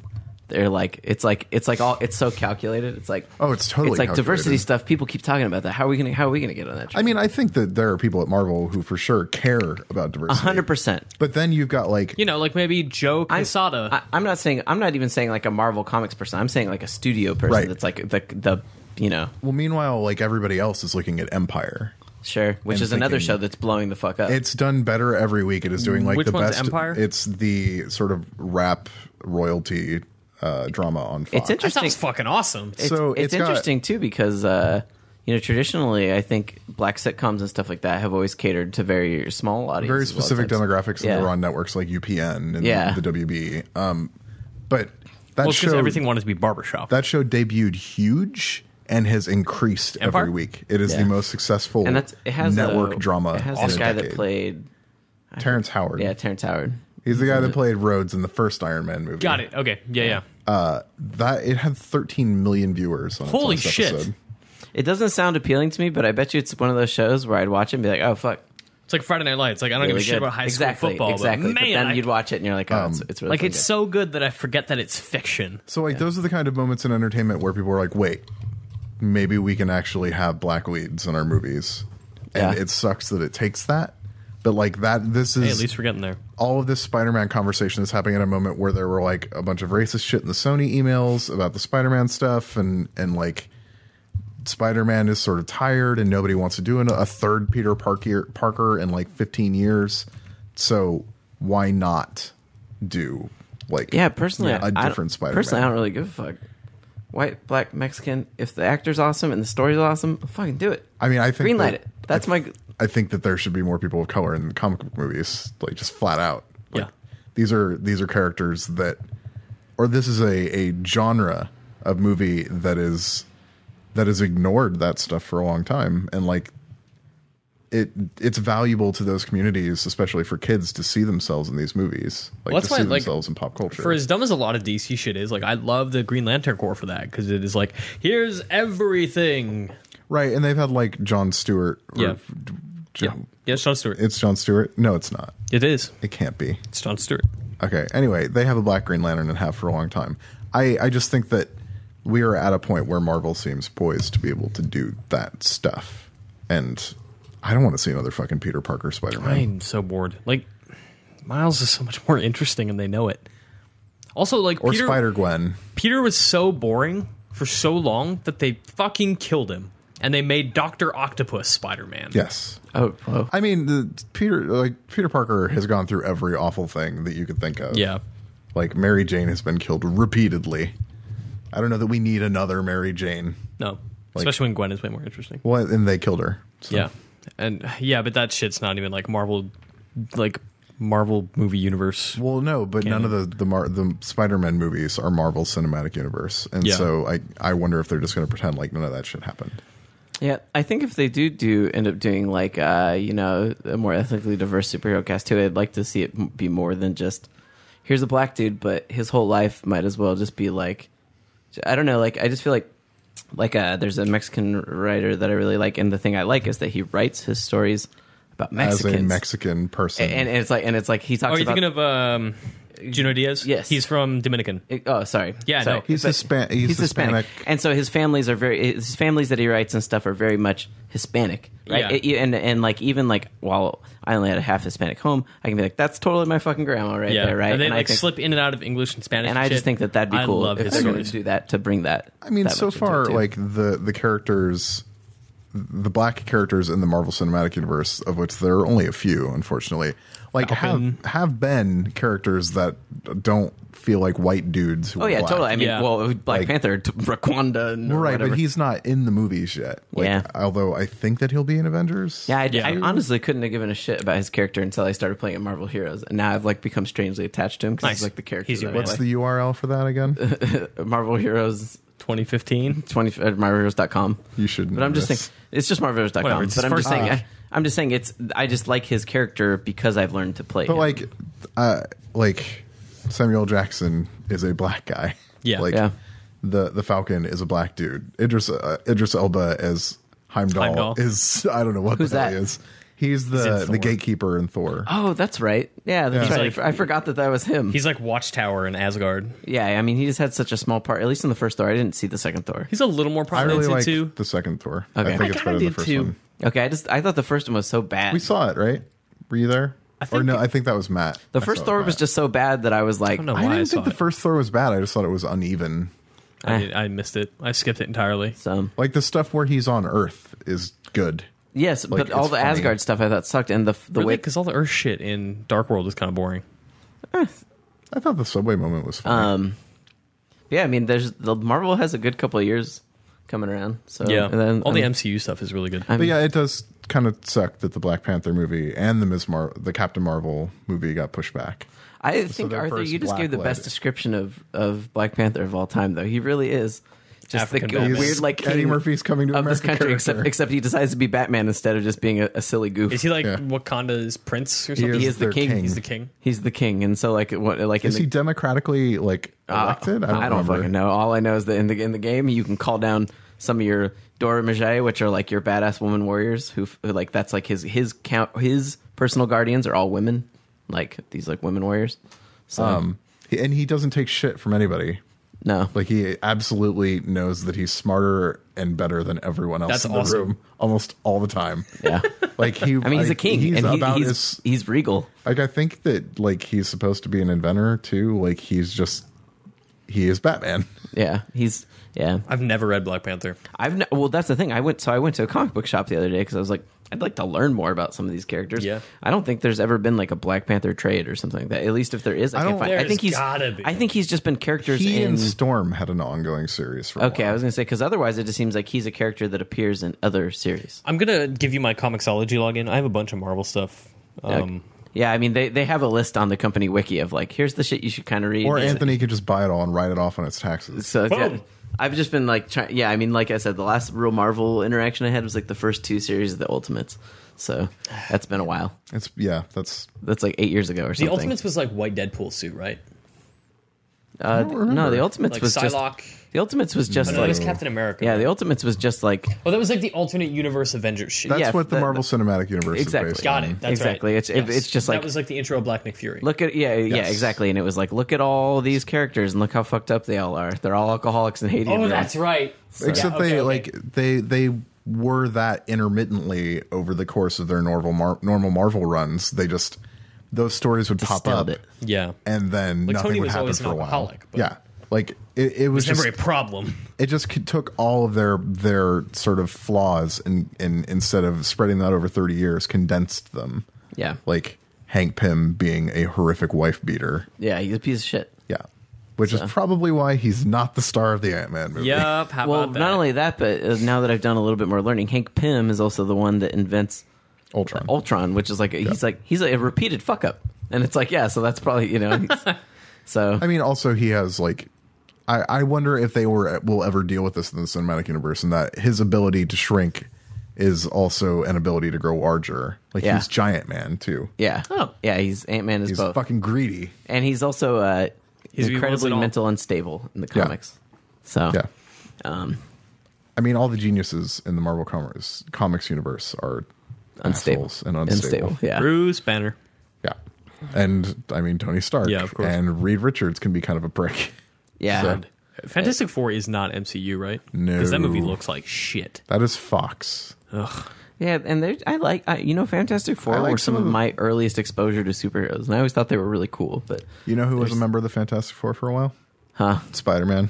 Speaker 1: they're like it's like it's like all it's so calculated. It's like
Speaker 2: Oh, it's totally
Speaker 1: it's like diversity
Speaker 2: calculated.
Speaker 1: stuff. People keep talking about that. How are we gonna how are we gonna get on that?
Speaker 2: I mean, I think that there are people at Marvel who for sure care about diversity.
Speaker 1: Hundred percent.
Speaker 2: But then you've got like
Speaker 3: You know, like maybe Joe Quesada.
Speaker 1: I, I'm not saying I'm not even saying like a Marvel comics person. I'm saying like a studio person
Speaker 2: Right.
Speaker 1: that's like the the you know
Speaker 2: well, meanwhile, like everybody else is looking at Empire.
Speaker 1: sure, which
Speaker 2: I'm
Speaker 1: is another
Speaker 2: thinking-
Speaker 1: show that's blowing the fuck up.
Speaker 2: It's done better every week. It is doing like
Speaker 3: Which
Speaker 2: the
Speaker 3: one's
Speaker 2: best.
Speaker 3: Empire?
Speaker 2: It's the sort of rap royalty uh, drama on Fox.
Speaker 1: It's
Speaker 3: that
Speaker 1: interesting.
Speaker 3: sounds fucking awesome.
Speaker 1: It's,
Speaker 2: So
Speaker 1: it's,
Speaker 2: it's got-
Speaker 1: interesting too because uh, you know traditionally I think black sitcoms and stuff like that have always catered to very small audiences.
Speaker 2: Very
Speaker 1: a lot of
Speaker 2: specific
Speaker 1: times.
Speaker 2: demographics,
Speaker 1: Yeah.
Speaker 2: and they're on networks like UPN and
Speaker 1: Yeah.
Speaker 2: the WB. Um, but that
Speaker 3: well, because
Speaker 2: show
Speaker 3: everything wanted to be barbershop.
Speaker 2: that show debuted huge and has increased
Speaker 3: Empire?
Speaker 2: every week. It is
Speaker 1: Yeah.
Speaker 2: the most successful
Speaker 1: And that's it has
Speaker 2: network
Speaker 1: a,
Speaker 2: drama.
Speaker 1: It has
Speaker 2: in
Speaker 1: this
Speaker 2: a
Speaker 1: guy that
Speaker 2: decade.
Speaker 1: played
Speaker 2: Terrence Howard.
Speaker 1: yeah Terrence Howard.
Speaker 2: he's the guy that played Rhodes in the first Iron Man movie.
Speaker 3: Got it. Okay. Yeah, yeah.
Speaker 2: That it had 13 million viewers. On its
Speaker 3: Holy
Speaker 2: last
Speaker 3: shit.
Speaker 2: episode.
Speaker 1: It doesn't sound appealing to me, but I bet you it's one of those shows where I'd watch it and be like, oh fuck,
Speaker 3: It's like Friday Night Lights. Like I don't
Speaker 1: really
Speaker 3: give a shit
Speaker 1: good.
Speaker 3: about high
Speaker 1: exactly,
Speaker 3: school football,
Speaker 1: exactly.
Speaker 3: but man,
Speaker 1: then
Speaker 3: I-
Speaker 1: you'd watch it and you're like, oh,
Speaker 2: Um,
Speaker 1: it's, it's really
Speaker 3: like
Speaker 1: fucking
Speaker 3: it's
Speaker 1: good.
Speaker 3: so good that I forget that it's fiction.
Speaker 2: So like those are the kind of moments in entertainment where people are like, wait, maybe we can actually have black leads in our movies. And
Speaker 1: Yeah.
Speaker 2: it sucks that it takes that. But like that this is
Speaker 3: Hey, at least we're getting there.
Speaker 2: all of this Spider-Man conversation is happening at a moment where there were like a bunch of racist shit in the Sony emails about the Spider-Man stuff and and like Spider-Man is sort of tired and nobody wants to do an, a third Peter Parker Parker in like 15 years. So why not do like
Speaker 1: Yeah, personally,
Speaker 2: a
Speaker 1: I don't-
Speaker 2: different Spider-Man?
Speaker 1: Personally, I don't really give a fuck. White, black, Mexican. If the actor's awesome and the story's awesome, fucking do it.
Speaker 2: I mean, I think
Speaker 1: greenlight
Speaker 2: that-
Speaker 1: it. That's
Speaker 2: I
Speaker 1: my.
Speaker 2: I think that there should be more people of color in comic book movies, like just flat out. Like,
Speaker 3: Yeah.
Speaker 2: These are these are characters that, or this is a a genre of movie that is that has ignored that stuff for a long time, and like it it's valuable to those communities, especially for kids, to see themselves in these movies, like
Speaker 3: Well,
Speaker 2: to
Speaker 3: that's
Speaker 2: see
Speaker 3: why, like,
Speaker 2: themselves in pop culture.
Speaker 3: For as dumb as a lot of DC shit is, like I love the Green Lantern Corps for that because it is like here's everything.
Speaker 2: right, and they've had like John Stewart. Or,
Speaker 3: Yeah. Yeah,
Speaker 2: Jo-
Speaker 3: yeah, it's John Stewart.
Speaker 2: It's John Stewart. No, it's not.
Speaker 3: It is.
Speaker 2: It can't be.
Speaker 3: It's John Stewart.
Speaker 2: Okay. Anyway, they have a black Green Lantern and have for a long time. I, I just think that we are at a point where Marvel seems poised to be able to do that stuff. And I don't want to see another fucking Peter Parker Spider Man.
Speaker 3: I'm so bored. Like Miles is so much more interesting, and they know it. Also, like
Speaker 2: Or
Speaker 3: Peter,
Speaker 2: Spider Gwen.
Speaker 3: Peter was so boring for so long that they fucking killed him, and they made Doctor Octopus Spider Man.
Speaker 2: Yes.
Speaker 1: Oh, whoa.
Speaker 2: I mean, the Peter like Peter Parker has gone through every awful thing that you could think of.
Speaker 3: yeah.
Speaker 2: Like Mary Jane has been killed repeatedly. I don't know that we need another Mary Jane.
Speaker 3: No, especially when Gwen is way more interesting.
Speaker 2: Well, and they killed her. So.
Speaker 3: Yeah, and yeah, but that shit's not even like Marvel, like Marvel movie universe.
Speaker 2: Well, no, but none of the the Mar- the Spider-Man movies are Marvel Cinematic Universe, and
Speaker 3: Yeah.
Speaker 2: so I I wonder if they're just going to pretend like none of that shit happened.
Speaker 1: Yeah, I think if they do do end up doing like uh, you know a more ethnically diverse superhero cast too, I'd like to see it m- be more than just here's a black dude, but his whole life might as well just be like I don't know, like I just feel like like uh, there's a Mexican writer that I really like, and the thing I like is that he writes his stories about Mexicans.
Speaker 2: As a Mexican person,
Speaker 1: and, and it's like and it's like he talks
Speaker 3: Oh, you're
Speaker 1: about
Speaker 3: thinking of um, Juno Diaz.
Speaker 1: Yes.
Speaker 3: he's from Dominican.
Speaker 1: It- oh, sorry.
Speaker 3: Yeah,
Speaker 1: sorry.
Speaker 3: no.
Speaker 2: He's Hispan- he's Hispanic.
Speaker 1: and so his families are very his families that he writes and stuff are very much Hispanic, right?
Speaker 3: Yeah.
Speaker 1: It- and and like even like while I only had a half Hispanic home, I can be like, that's totally my fucking grandma right
Speaker 3: yeah,
Speaker 1: there, right?
Speaker 3: And they
Speaker 1: I
Speaker 3: like
Speaker 1: think,
Speaker 3: slip in and out of English and Spanish.
Speaker 1: and I just
Speaker 3: shit.
Speaker 1: think that that'd be
Speaker 3: I
Speaker 1: cool
Speaker 3: love
Speaker 1: if
Speaker 3: his
Speaker 1: they're going to do
Speaker 3: stories.
Speaker 1: that to bring that.
Speaker 2: I mean,
Speaker 1: that
Speaker 2: so
Speaker 1: much into it,
Speaker 2: far,
Speaker 1: too.
Speaker 2: like the the characters, the black characters in the Marvel Cinematic Universe, of which there are only a few, unfortunately, like
Speaker 3: Falcon.
Speaker 2: have have been characters that don't feel like white dudes. Who
Speaker 1: oh
Speaker 2: are
Speaker 1: yeah,
Speaker 2: black.
Speaker 1: totally. I mean,
Speaker 3: Yeah.
Speaker 1: well, Black
Speaker 2: Like-
Speaker 1: Panther, t- Raquanda, and
Speaker 2: right,
Speaker 1: whatever.
Speaker 2: but he's not in the movies yet. Like,
Speaker 1: Yeah.
Speaker 2: although I think that he'll be in Avengers.
Speaker 1: Yeah I,
Speaker 3: Yeah.
Speaker 1: I honestly couldn't have given a shit about his character until I started playing at Marvel Heroes, and now I've like become strangely attached to him because
Speaker 3: Nice.
Speaker 1: he's like the character.
Speaker 3: He's your
Speaker 1: that I
Speaker 3: man.
Speaker 2: What's
Speaker 1: like.
Speaker 2: the URL for that again?
Speaker 1: Marvel Heroes
Speaker 3: 2015.
Speaker 1: 20 uh, marvelheroes.com.
Speaker 2: You should.
Speaker 1: But I'm just
Speaker 2: this.
Speaker 1: saying it's just marvelheroes.com.
Speaker 3: Whatever, it's
Speaker 1: but
Speaker 3: his
Speaker 1: I'm just
Speaker 3: first
Speaker 1: saying
Speaker 3: page.
Speaker 1: I, I'm just saying it's I just like his character because I've learned to play.
Speaker 2: But
Speaker 1: him.
Speaker 2: like, uh, like Samuel Jackson is a black guy.
Speaker 3: Yeah.
Speaker 2: like
Speaker 1: Yeah.
Speaker 2: the the Falcon is a black dude. Idris uh, Idris Elba as Heimdall,
Speaker 3: Heimdall.
Speaker 2: is I don't know what
Speaker 1: Who's
Speaker 2: the hell he
Speaker 1: that?
Speaker 2: is. He's
Speaker 3: in
Speaker 2: the
Speaker 3: Thor.
Speaker 2: the gatekeeper in Thor.
Speaker 1: Oh, that's right. Yeah, that's
Speaker 3: He's
Speaker 1: right. I
Speaker 3: like-
Speaker 1: for- I forgot that that was him.
Speaker 3: He's like Watchtower in Asgard.
Speaker 1: Yeah, I mean, he just had such a small part, at least in the first Thor. I didn't see the second Thor.
Speaker 3: He's a little more
Speaker 2: I really
Speaker 3: prominent
Speaker 2: like
Speaker 3: too.
Speaker 2: the second Thor.
Speaker 1: Okay.
Speaker 2: I
Speaker 1: I
Speaker 2: think it's better
Speaker 3: kinda
Speaker 2: than the
Speaker 3: did,
Speaker 2: first
Speaker 3: too.
Speaker 2: one.
Speaker 1: Okay, I just I thought the first one was so bad.
Speaker 2: We saw it, right? Were you there?
Speaker 3: think
Speaker 2: or no,
Speaker 3: it-
Speaker 2: I think that was Matt.
Speaker 1: the
Speaker 2: I
Speaker 1: first
Speaker 2: saw it
Speaker 1: Thor
Speaker 2: with
Speaker 1: was
Speaker 2: Matt.
Speaker 1: just so bad that I was like,
Speaker 3: I don't know
Speaker 2: I
Speaker 3: why I,
Speaker 2: didn't
Speaker 3: saw
Speaker 2: think the
Speaker 3: it.
Speaker 2: first Thor was bad. I just thought it was uneven.
Speaker 3: I, did- I missed it. I skipped it entirely.
Speaker 1: so
Speaker 2: Like the stuff where he's on Earth is good.
Speaker 1: yes, but
Speaker 2: it's
Speaker 1: all the
Speaker 2: funny.
Speaker 1: Asgard stuff I thought sucked, and the the
Speaker 3: Really?
Speaker 1: way
Speaker 3: Because all the Earth shit in Dark World is kind of boring.
Speaker 2: I thought the subway moment was funny.
Speaker 1: Um, yeah, I mean, there's the Marvel has a good couple of years coming around. So
Speaker 3: Yeah.
Speaker 1: Oh, and then,
Speaker 3: all the
Speaker 1: I mean,
Speaker 3: MCU stuff is really good.
Speaker 1: I
Speaker 2: But
Speaker 1: mean,
Speaker 2: yeah, it does kind of suck that the Black Panther movie and the Ms. Mar- the Captain Marvel movie got pushed back.
Speaker 1: I think
Speaker 2: their
Speaker 1: Arthur,
Speaker 2: first
Speaker 1: you just
Speaker 2: black
Speaker 1: gave the
Speaker 2: led.
Speaker 1: best description of of Black Panther of all time, though. He really is just
Speaker 3: African
Speaker 1: the
Speaker 3: Batman.
Speaker 1: g- weird, like
Speaker 2: Eddie
Speaker 1: king
Speaker 2: Murphy's coming to
Speaker 1: of this
Speaker 2: America
Speaker 1: country,
Speaker 2: character.
Speaker 1: except except he decides to be Batman instead of just being a, a silly goof.
Speaker 3: Is he like
Speaker 2: Yeah.
Speaker 3: Wakanda's prince or
Speaker 2: He
Speaker 3: something?
Speaker 2: is
Speaker 1: He is the
Speaker 2: their
Speaker 1: king.
Speaker 3: He's the king.
Speaker 1: He's the king, and so like what like in
Speaker 2: Is
Speaker 1: the,
Speaker 2: he democratically like
Speaker 1: Uh,
Speaker 2: elected?
Speaker 1: I don't
Speaker 2: remember.
Speaker 1: fucking know. All I know is that in the in the game, you can call down some of your Dora Milaje, which are like your badass woman warriors, who, f- who like that's like his his count his personal guardians are all women, like these like women warriors. So
Speaker 2: Um, he- and he doesn't take shit from anybody.
Speaker 1: no,
Speaker 2: Like he absolutely knows that he's smarter and better than everyone else
Speaker 3: That's
Speaker 2: in the
Speaker 3: awesome.
Speaker 2: room almost all the time.
Speaker 1: yeah.
Speaker 2: Like he,
Speaker 1: I mean, he's
Speaker 2: like,
Speaker 1: a king,
Speaker 2: He's
Speaker 1: and he,
Speaker 2: about
Speaker 1: he's
Speaker 2: as
Speaker 1: he's regal.
Speaker 2: like I think that like he's supposed to be an inventor too. Like he's just he is Batman.
Speaker 1: Yeah, he's yeah.
Speaker 3: I've never read Black Panther.
Speaker 1: I've no, well, that's the thing. I went so I went to a comic book shop the other day because I was like, I'd like to learn more about some of these characters.
Speaker 3: Yeah.
Speaker 1: I don't think there's ever been like a Black Panther trade or something like that. At least if there is, I,
Speaker 2: I
Speaker 1: can't
Speaker 2: don't-
Speaker 1: find. I
Speaker 3: There's
Speaker 1: think he's
Speaker 3: gotta be.
Speaker 1: I think he's just been characters
Speaker 2: He
Speaker 1: in.
Speaker 2: and Storm had an ongoing series for a
Speaker 1: okay, I
Speaker 2: while.
Speaker 1: was gonna say because otherwise it just seems like he's a character that appears in other series.
Speaker 3: I'm gonna give you my Comixology login. I have a bunch of Marvel stuff. Um,
Speaker 1: yeah, I mean they they have a list on the company wiki of like here's the shit you should kind of read.
Speaker 2: Or
Speaker 1: It's-
Speaker 2: Anthony could just buy it all and write it off on its taxes.
Speaker 1: So yeah,
Speaker 3: Boom.
Speaker 1: I've just been like trying. Yeah, I mean, like I said, the last real Marvel interaction I had was like the first two series of the Ultimates. So that's been a while.
Speaker 2: It's yeah, that's
Speaker 1: That's like eight years ago or
Speaker 3: the
Speaker 1: something.
Speaker 3: Ultimates was like white Deadpool suit, right?
Speaker 1: Uh,
Speaker 2: don't
Speaker 1: no,
Speaker 2: remember.
Speaker 1: the Ultimates
Speaker 3: Like
Speaker 1: was
Speaker 3: Psylocke.
Speaker 1: just the Ultimates was just
Speaker 3: No, it
Speaker 1: like
Speaker 3: was Captain America.
Speaker 1: yeah, the Ultimates was just like
Speaker 3: Oh, that was like the alternate universe Avengers shit.
Speaker 2: that's
Speaker 1: Yeah,
Speaker 2: what the,
Speaker 1: that-
Speaker 2: Marvel Cinematic Universe
Speaker 1: Exactly.
Speaker 2: is based
Speaker 3: Got
Speaker 2: on.
Speaker 3: it. That's
Speaker 1: Exactly.
Speaker 3: Right.
Speaker 1: It's- it- it's just like-
Speaker 3: that was like the intro of Black Nick Fury.
Speaker 1: look at yeah yeah
Speaker 2: Yes.
Speaker 1: exactly, and it was like look at all these characters and look how fucked up they all are. They're all alcoholics and hating.
Speaker 3: oh,
Speaker 1: everyone.
Speaker 3: that's right.
Speaker 2: Except
Speaker 3: Yeah, okay,
Speaker 2: they
Speaker 3: okay.
Speaker 2: like they they were that intermittently over the course of their normal Mar- normal Marvel runs. They just those stories would pop
Speaker 1: Distilled
Speaker 2: up,
Speaker 1: it.
Speaker 3: yeah,
Speaker 2: and then
Speaker 3: Like,
Speaker 2: nothing
Speaker 3: Tony
Speaker 2: would
Speaker 3: was
Speaker 2: happen
Speaker 3: always
Speaker 2: for
Speaker 3: an
Speaker 2: a while.
Speaker 3: alcoholic, but-
Speaker 2: Yeah, like it, it was
Speaker 3: it's never
Speaker 2: just
Speaker 3: a problem.
Speaker 2: it just c- took all of their their sort of flaws and and instead of spreading that over 30 years condensed them
Speaker 1: yeah
Speaker 2: like hank pym being a horrific wife beater
Speaker 1: yeah. He's a piece of shit.
Speaker 2: yeah which is probably why he's not the star of the ant-man movie
Speaker 3: Yep. How
Speaker 1: Well,
Speaker 3: about that?
Speaker 1: not only that, but uh, now that I've done a little bit more learning, Hank Pym is also the one that invents
Speaker 2: ultron
Speaker 1: Ultron, which is like he's like he's a repeated fuck up, and it's like yeah, so that's probably you know. he's- so
Speaker 2: i mean also he has like i i wonder if they were will ever deal with this in the cinematic universe and that his ability to shrink is also an ability to grow larger like
Speaker 1: Yeah.
Speaker 2: he's giant man too
Speaker 1: yeah,
Speaker 3: Oh.
Speaker 1: yeah, he's Ant Man is
Speaker 2: he's
Speaker 1: both,
Speaker 2: fucking greedy
Speaker 1: and he's also uh,
Speaker 3: He's- he wants
Speaker 1: incredibly
Speaker 3: it all.
Speaker 1: mental unstable in the
Speaker 2: Yeah.
Speaker 1: comics. So
Speaker 2: yeah
Speaker 1: um,
Speaker 2: I mean, all the geniuses in the Marvel comics comics universe are
Speaker 1: unstable
Speaker 2: assholes and unstable.
Speaker 1: Yeah,
Speaker 3: Bruce Banner.
Speaker 2: Yeah, and I mean Tony Stark.
Speaker 3: Yeah, of course.
Speaker 2: And Reed Richards can be kind of a prick.
Speaker 1: Yeah.
Speaker 2: So-
Speaker 3: Uh, Fantastic Four is not MCU, right?
Speaker 2: No.
Speaker 3: because that movie looks like shit.
Speaker 2: That is Fox.
Speaker 3: Ugh.
Speaker 1: Yeah, and there's I like I, you know Fantastic Four
Speaker 2: I like
Speaker 1: were
Speaker 2: some
Speaker 1: some, of
Speaker 2: of the-
Speaker 1: my earliest exposure to superheroes, and I always thought they were really cool. But
Speaker 2: You know who was a member of the Fantastic Four for a while?
Speaker 1: huh,
Speaker 2: Spider Man.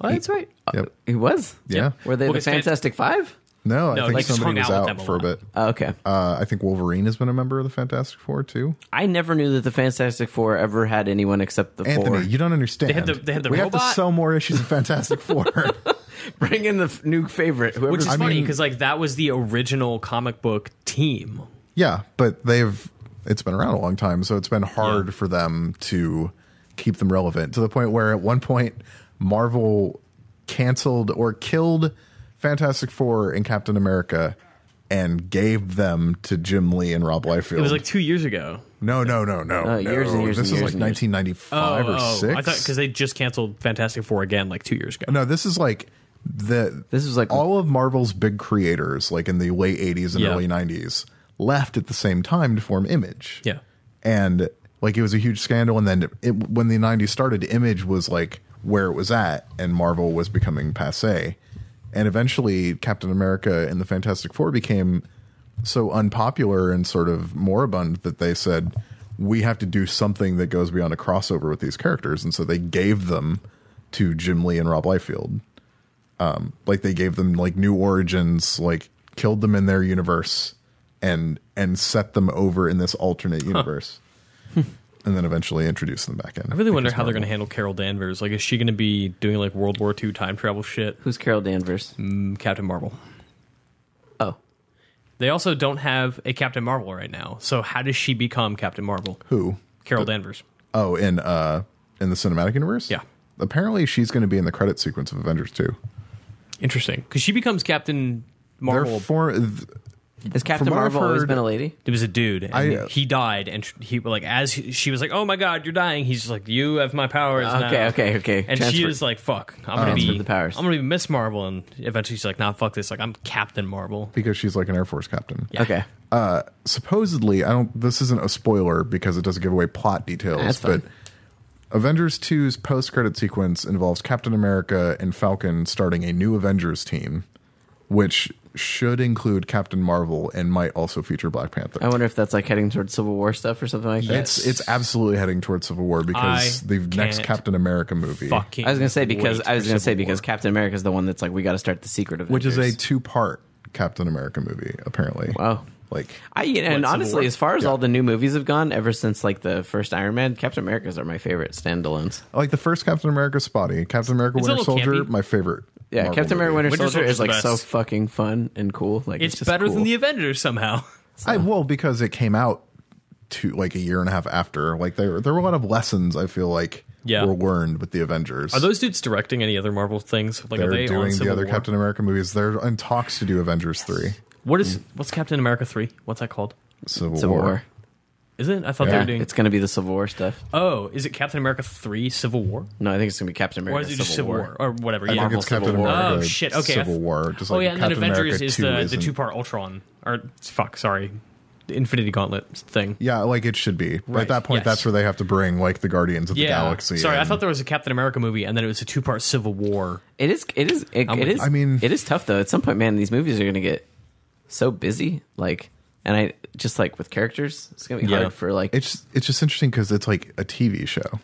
Speaker 3: Oh, that's right.
Speaker 2: Yep.
Speaker 1: Uh, it was
Speaker 2: Yeah.
Speaker 1: were they
Speaker 3: Well,
Speaker 1: the
Speaker 3: it's fan-
Speaker 1: Fantastic Five?
Speaker 2: No,
Speaker 3: No,
Speaker 2: I think
Speaker 3: like, just hung
Speaker 2: somebody was
Speaker 3: out
Speaker 2: out,
Speaker 3: with them a
Speaker 2: for a
Speaker 3: lot.
Speaker 2: bit.
Speaker 1: Oh, okay,
Speaker 2: Uh, I think Wolverine has been a member of the Fantastic Four too.
Speaker 1: I never knew that the Fantastic Four ever had anyone except the
Speaker 2: Anthony,
Speaker 1: four.
Speaker 2: you don't understand.
Speaker 3: had the- they had the
Speaker 2: we have
Speaker 3: robot.
Speaker 2: to sell more issues of Fantastic Four.
Speaker 1: Bring in the f- new favorite, whoever.
Speaker 3: Which is
Speaker 2: I
Speaker 3: funny
Speaker 2: mean-
Speaker 3: because like that was the original comic book team.
Speaker 2: yeah, but they've it's been around a long time, so it's been hard for them to keep them relevant to the point where at one point Marvel canceled or killed Fantastic Four and Captain America and gave them to Jim Lee and Rob Liefeld.
Speaker 3: It was like two years ago.
Speaker 2: no, no, no, no,
Speaker 1: No, Uh, years and
Speaker 2: no.
Speaker 1: years
Speaker 2: This
Speaker 1: and
Speaker 2: is
Speaker 1: years
Speaker 2: like
Speaker 1: and years.
Speaker 2: 1995 or six.
Speaker 3: Oh, I thought because they just canceled Fantastic Four again like two years ago.
Speaker 2: No, this is like the
Speaker 1: This is like-
Speaker 2: all of Marvel's big creators, like in the late '80s and
Speaker 3: Yeah.
Speaker 2: early '90s, left at the same time to form Image.
Speaker 3: Yeah.
Speaker 2: and like it was a huge scandal, and then it, when the '90s started, Image was like where it was at, and Marvel was becoming passe. And eventually, Captain America and the Fantastic Four became so unpopular and sort of moribund that they said we have to do something that goes beyond a crossover with these characters, and so they gave them to Jim Lee and Rob Liefeld like they gave them like new origins like killed them in their universe and and set them over in this alternate universe and then eventually introduced them back in
Speaker 3: I really wonder how they're going to handle Carol Danvers. Like, is she going to be doing like World War II time travel shit?
Speaker 1: Who's Carol Danvers?
Speaker 3: Mm, Captain Marvel.
Speaker 1: Oh,
Speaker 3: They also don't have a Captain Marvel right now. So how does she become Captain Marvel?
Speaker 2: who
Speaker 3: Carol Danvers.
Speaker 2: oh in uh in the cinematic universe
Speaker 3: Yeah.
Speaker 2: apparently she's going to be in the credit sequence of avengers 2
Speaker 3: Interesting, because she becomes Captain Marvel.
Speaker 2: they're for th-
Speaker 1: has Captain
Speaker 2: what I've
Speaker 1: Marvel always
Speaker 2: heard-
Speaker 1: been a lady?
Speaker 3: it was a dude, and
Speaker 2: I-
Speaker 3: he died, and tr- he like as he- she was like, "Oh my god, you're dying." He's just like, "You have my powers." now."
Speaker 1: Okay, okay, okay.
Speaker 3: And she
Speaker 1: Transfer-
Speaker 3: is like, "Fuck, I'm gonna
Speaker 1: Transfer
Speaker 3: be
Speaker 1: the powers.
Speaker 3: I'm gonna be Miss Marvel," and eventually she's like, "Nah, fuck this. Like, I'm Captain Marvel."
Speaker 2: because she's like an air force captain
Speaker 1: okay.
Speaker 2: uh supposedly i don't this isn't a spoiler because it doesn't give away plot details
Speaker 1: That's fine.
Speaker 2: but avengers 2's post-credit sequence involves captain america and falcon starting a new avengers team which should include captain marvel and might also feature black panther
Speaker 1: I wonder if that's like heading towards Civil War stuff or something like that.
Speaker 2: it's it's absolutely heading towards civil war because
Speaker 3: I
Speaker 2: the next
Speaker 3: can't
Speaker 2: captain america movie
Speaker 3: Fucking.
Speaker 1: I was gonna say because
Speaker 3: wait
Speaker 1: I was
Speaker 3: for
Speaker 1: gonna
Speaker 3: Civil
Speaker 1: say because
Speaker 3: War.
Speaker 1: Captain America is the one that's like we got to start the secret of
Speaker 2: which is a two-part captain america movie apparently
Speaker 1: wow.
Speaker 2: like
Speaker 1: I and
Speaker 3: Civil War?
Speaker 1: honestly, as far as
Speaker 2: Yeah.
Speaker 1: all the new movies have gone, ever since like the first Iron Man, Captain America's are my favorite standalones.
Speaker 2: like the first captain america spotty captain america
Speaker 3: It's a
Speaker 2: winter
Speaker 3: little
Speaker 2: soldier
Speaker 3: campy.
Speaker 2: my favorite
Speaker 1: Yeah,
Speaker 2: Marvel
Speaker 1: Captain America
Speaker 2: movie.
Speaker 1: Winter,
Speaker 3: Winter
Speaker 1: Soldier
Speaker 3: Soldier's
Speaker 1: is
Speaker 3: the
Speaker 1: like so
Speaker 3: best.
Speaker 1: fucking fun and cool. Like it's,
Speaker 3: It's
Speaker 1: just
Speaker 3: better
Speaker 1: cool.
Speaker 3: than the Avengers somehow.
Speaker 2: I well because it came out to like a year and a half after. Like there there were a lot of lessons I feel like
Speaker 3: Yeah.
Speaker 2: were learned with the Avengers.
Speaker 3: Are those dudes directing any other Marvel things? Like,
Speaker 2: they're
Speaker 3: are they on
Speaker 2: doing the
Speaker 3: Civil
Speaker 2: other
Speaker 3: War?
Speaker 2: Captain America movies. They're in talks to do Avengers three
Speaker 3: What is
Speaker 2: Hmm.
Speaker 3: what's Captain America three? What's that called?
Speaker 2: Civil,
Speaker 1: Civil
Speaker 2: War.
Speaker 1: War.
Speaker 3: Is it? I thought they
Speaker 1: Yeah,
Speaker 3: were doing.
Speaker 1: it's gonna be the Civil War stuff.
Speaker 3: Oh, is it Captain America three Civil War?
Speaker 1: No, I think it's gonna be Captain America.
Speaker 3: Or is it just Civil War, or whatever?
Speaker 2: I
Speaker 3: yeah.
Speaker 2: think it's
Speaker 1: Civil
Speaker 2: Captain
Speaker 1: War.
Speaker 2: America.
Speaker 3: Oh shit! Okay.
Speaker 2: Civil War. Just
Speaker 3: oh
Speaker 2: like
Speaker 3: yeah, and then
Speaker 2: Captain
Speaker 3: Avengers
Speaker 2: America
Speaker 3: is
Speaker 2: 2
Speaker 3: the, the
Speaker 2: isn't-
Speaker 3: two part Ultron or fuck, sorry, the Infinity Gauntlet thing.
Speaker 2: Yeah, like it should be. But
Speaker 3: Right,
Speaker 2: At that point,
Speaker 3: yes.
Speaker 2: that's where they have to bring like the Guardians of
Speaker 3: Yeah.
Speaker 2: the Galaxy.
Speaker 3: sorry, I
Speaker 2: and-
Speaker 3: thought there was a Captain America movie, and then it was a two part Civil War.
Speaker 1: It is. It is. It,
Speaker 3: I'm
Speaker 1: it
Speaker 3: with
Speaker 1: is.
Speaker 2: you. I mean-
Speaker 1: it is tough though. At some point, man, these movies are gonna get so busy. Like, and I just like with characters, it's gonna be
Speaker 3: Yeah.
Speaker 1: hard for like.
Speaker 2: it's it's just interesting because it's like a TV show.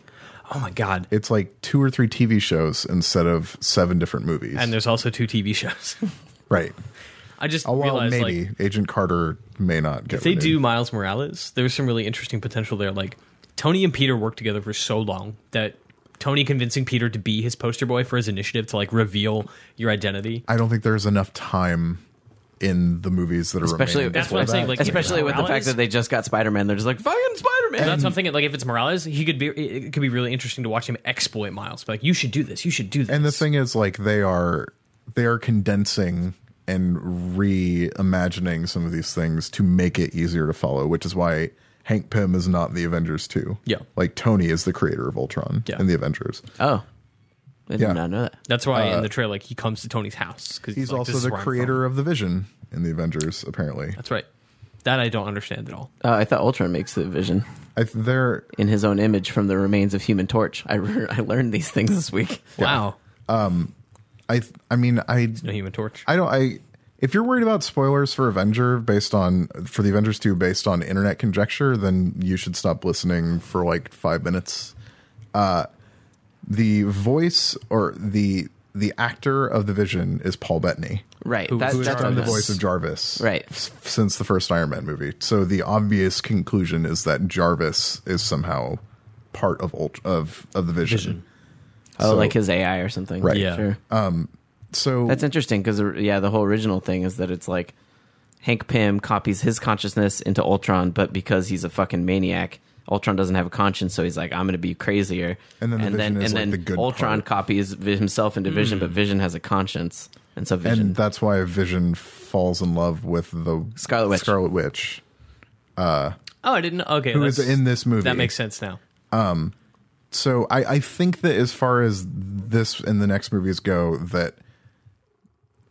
Speaker 3: Oh my god!
Speaker 2: It's like two or three TV shows instead of seven different movies.
Speaker 3: And there's also two TV shows.
Speaker 2: right.
Speaker 3: I just
Speaker 2: Oh, well,
Speaker 3: realized
Speaker 2: maybe
Speaker 3: like
Speaker 2: Agent Carter may not get.
Speaker 3: if they
Speaker 2: renewed.
Speaker 3: do Miles Morales, there's some really interesting potential there. Like Tony and Peter worked together for so long that. Tony convincing Peter to be his poster boy for his initiative to like reveal your identity.
Speaker 2: I don't think there's enough time in the movies that are
Speaker 1: Especially-
Speaker 2: remaining
Speaker 1: That's
Speaker 2: before
Speaker 1: what I'm
Speaker 2: that.
Speaker 3: saying, like,
Speaker 1: Especially with the fact
Speaker 3: Morales?
Speaker 1: that they just got Spider Man, they're just like fucking Spider Man.
Speaker 3: That's something like if it's Morales, he could be. It it could be really interesting to watch him exploit Miles. Be like, you should do this. You should do this.
Speaker 2: and the thing is, like they are they are condensing and reimagining some of these things to make it easier to follow, which is why Hank Pym is not the Avengers two.
Speaker 3: Yeah.
Speaker 2: like Tony is the creator of Ultron
Speaker 3: Yeah.
Speaker 2: and the Avengers.
Speaker 1: Oh, I did
Speaker 2: Yeah.
Speaker 1: not know that.
Speaker 3: That's why in the trailer, like he comes to Tony's house because
Speaker 2: He's
Speaker 3: like,
Speaker 2: also
Speaker 3: "This is
Speaker 2: the
Speaker 3: where I'm
Speaker 2: creator of the Vision in the Avengers, apparently.
Speaker 3: from." That's right. That I don't understand at all.
Speaker 1: Uh, I thought Ultron makes the Vision
Speaker 2: I, th- there,
Speaker 1: in his own image from the remains of Human Torch. I re- I learned these things this week.
Speaker 3: Wow.
Speaker 2: I, th- I mean, I,
Speaker 3: No Human Torch.
Speaker 2: I don't, I. If you're worried about spoilers for Avenger based on for the Avengers two based on internet conjecture, then you should stop listening for like five minutes. Uh, the voice or the the actor of the Vision is Paul Bettany.
Speaker 1: Right.
Speaker 3: Who-
Speaker 1: that-
Speaker 3: who is
Speaker 1: that's
Speaker 2: done the
Speaker 3: Jarvis.
Speaker 2: voice of Jarvis,
Speaker 1: Right.
Speaker 2: s- Since the first Iron Man movie, so the obvious conclusion is that Jarvis is somehow part of Ult- of of the Vision.
Speaker 3: Vision.
Speaker 1: Oh,
Speaker 2: So-
Speaker 1: like his AI or something.
Speaker 2: Right.
Speaker 3: Yeah.
Speaker 1: Sure.
Speaker 2: So
Speaker 1: That's interesting because yeah, the whole original thing is that it's like Hank Pym copies his consciousness into Ultron, but because he's a fucking maniac, Ultron doesn't have a conscience, so he's like, "I'm going to be crazier."
Speaker 2: And then the Vision is, like, the good
Speaker 1: Ultron
Speaker 2: part.
Speaker 1: copies vi- himself into Vision,
Speaker 3: Mm.
Speaker 1: but Vision has a conscience, and so Vision.
Speaker 2: and that's why Vision falls in love with the
Speaker 1: Scarlet Witch.
Speaker 2: Scarlet Witch,
Speaker 3: Oh, I didn't. Okay,
Speaker 2: who is
Speaker 3: that's-
Speaker 2: in this movie.
Speaker 3: That makes sense now.
Speaker 2: so I, I think that as far as this and the next movies go, that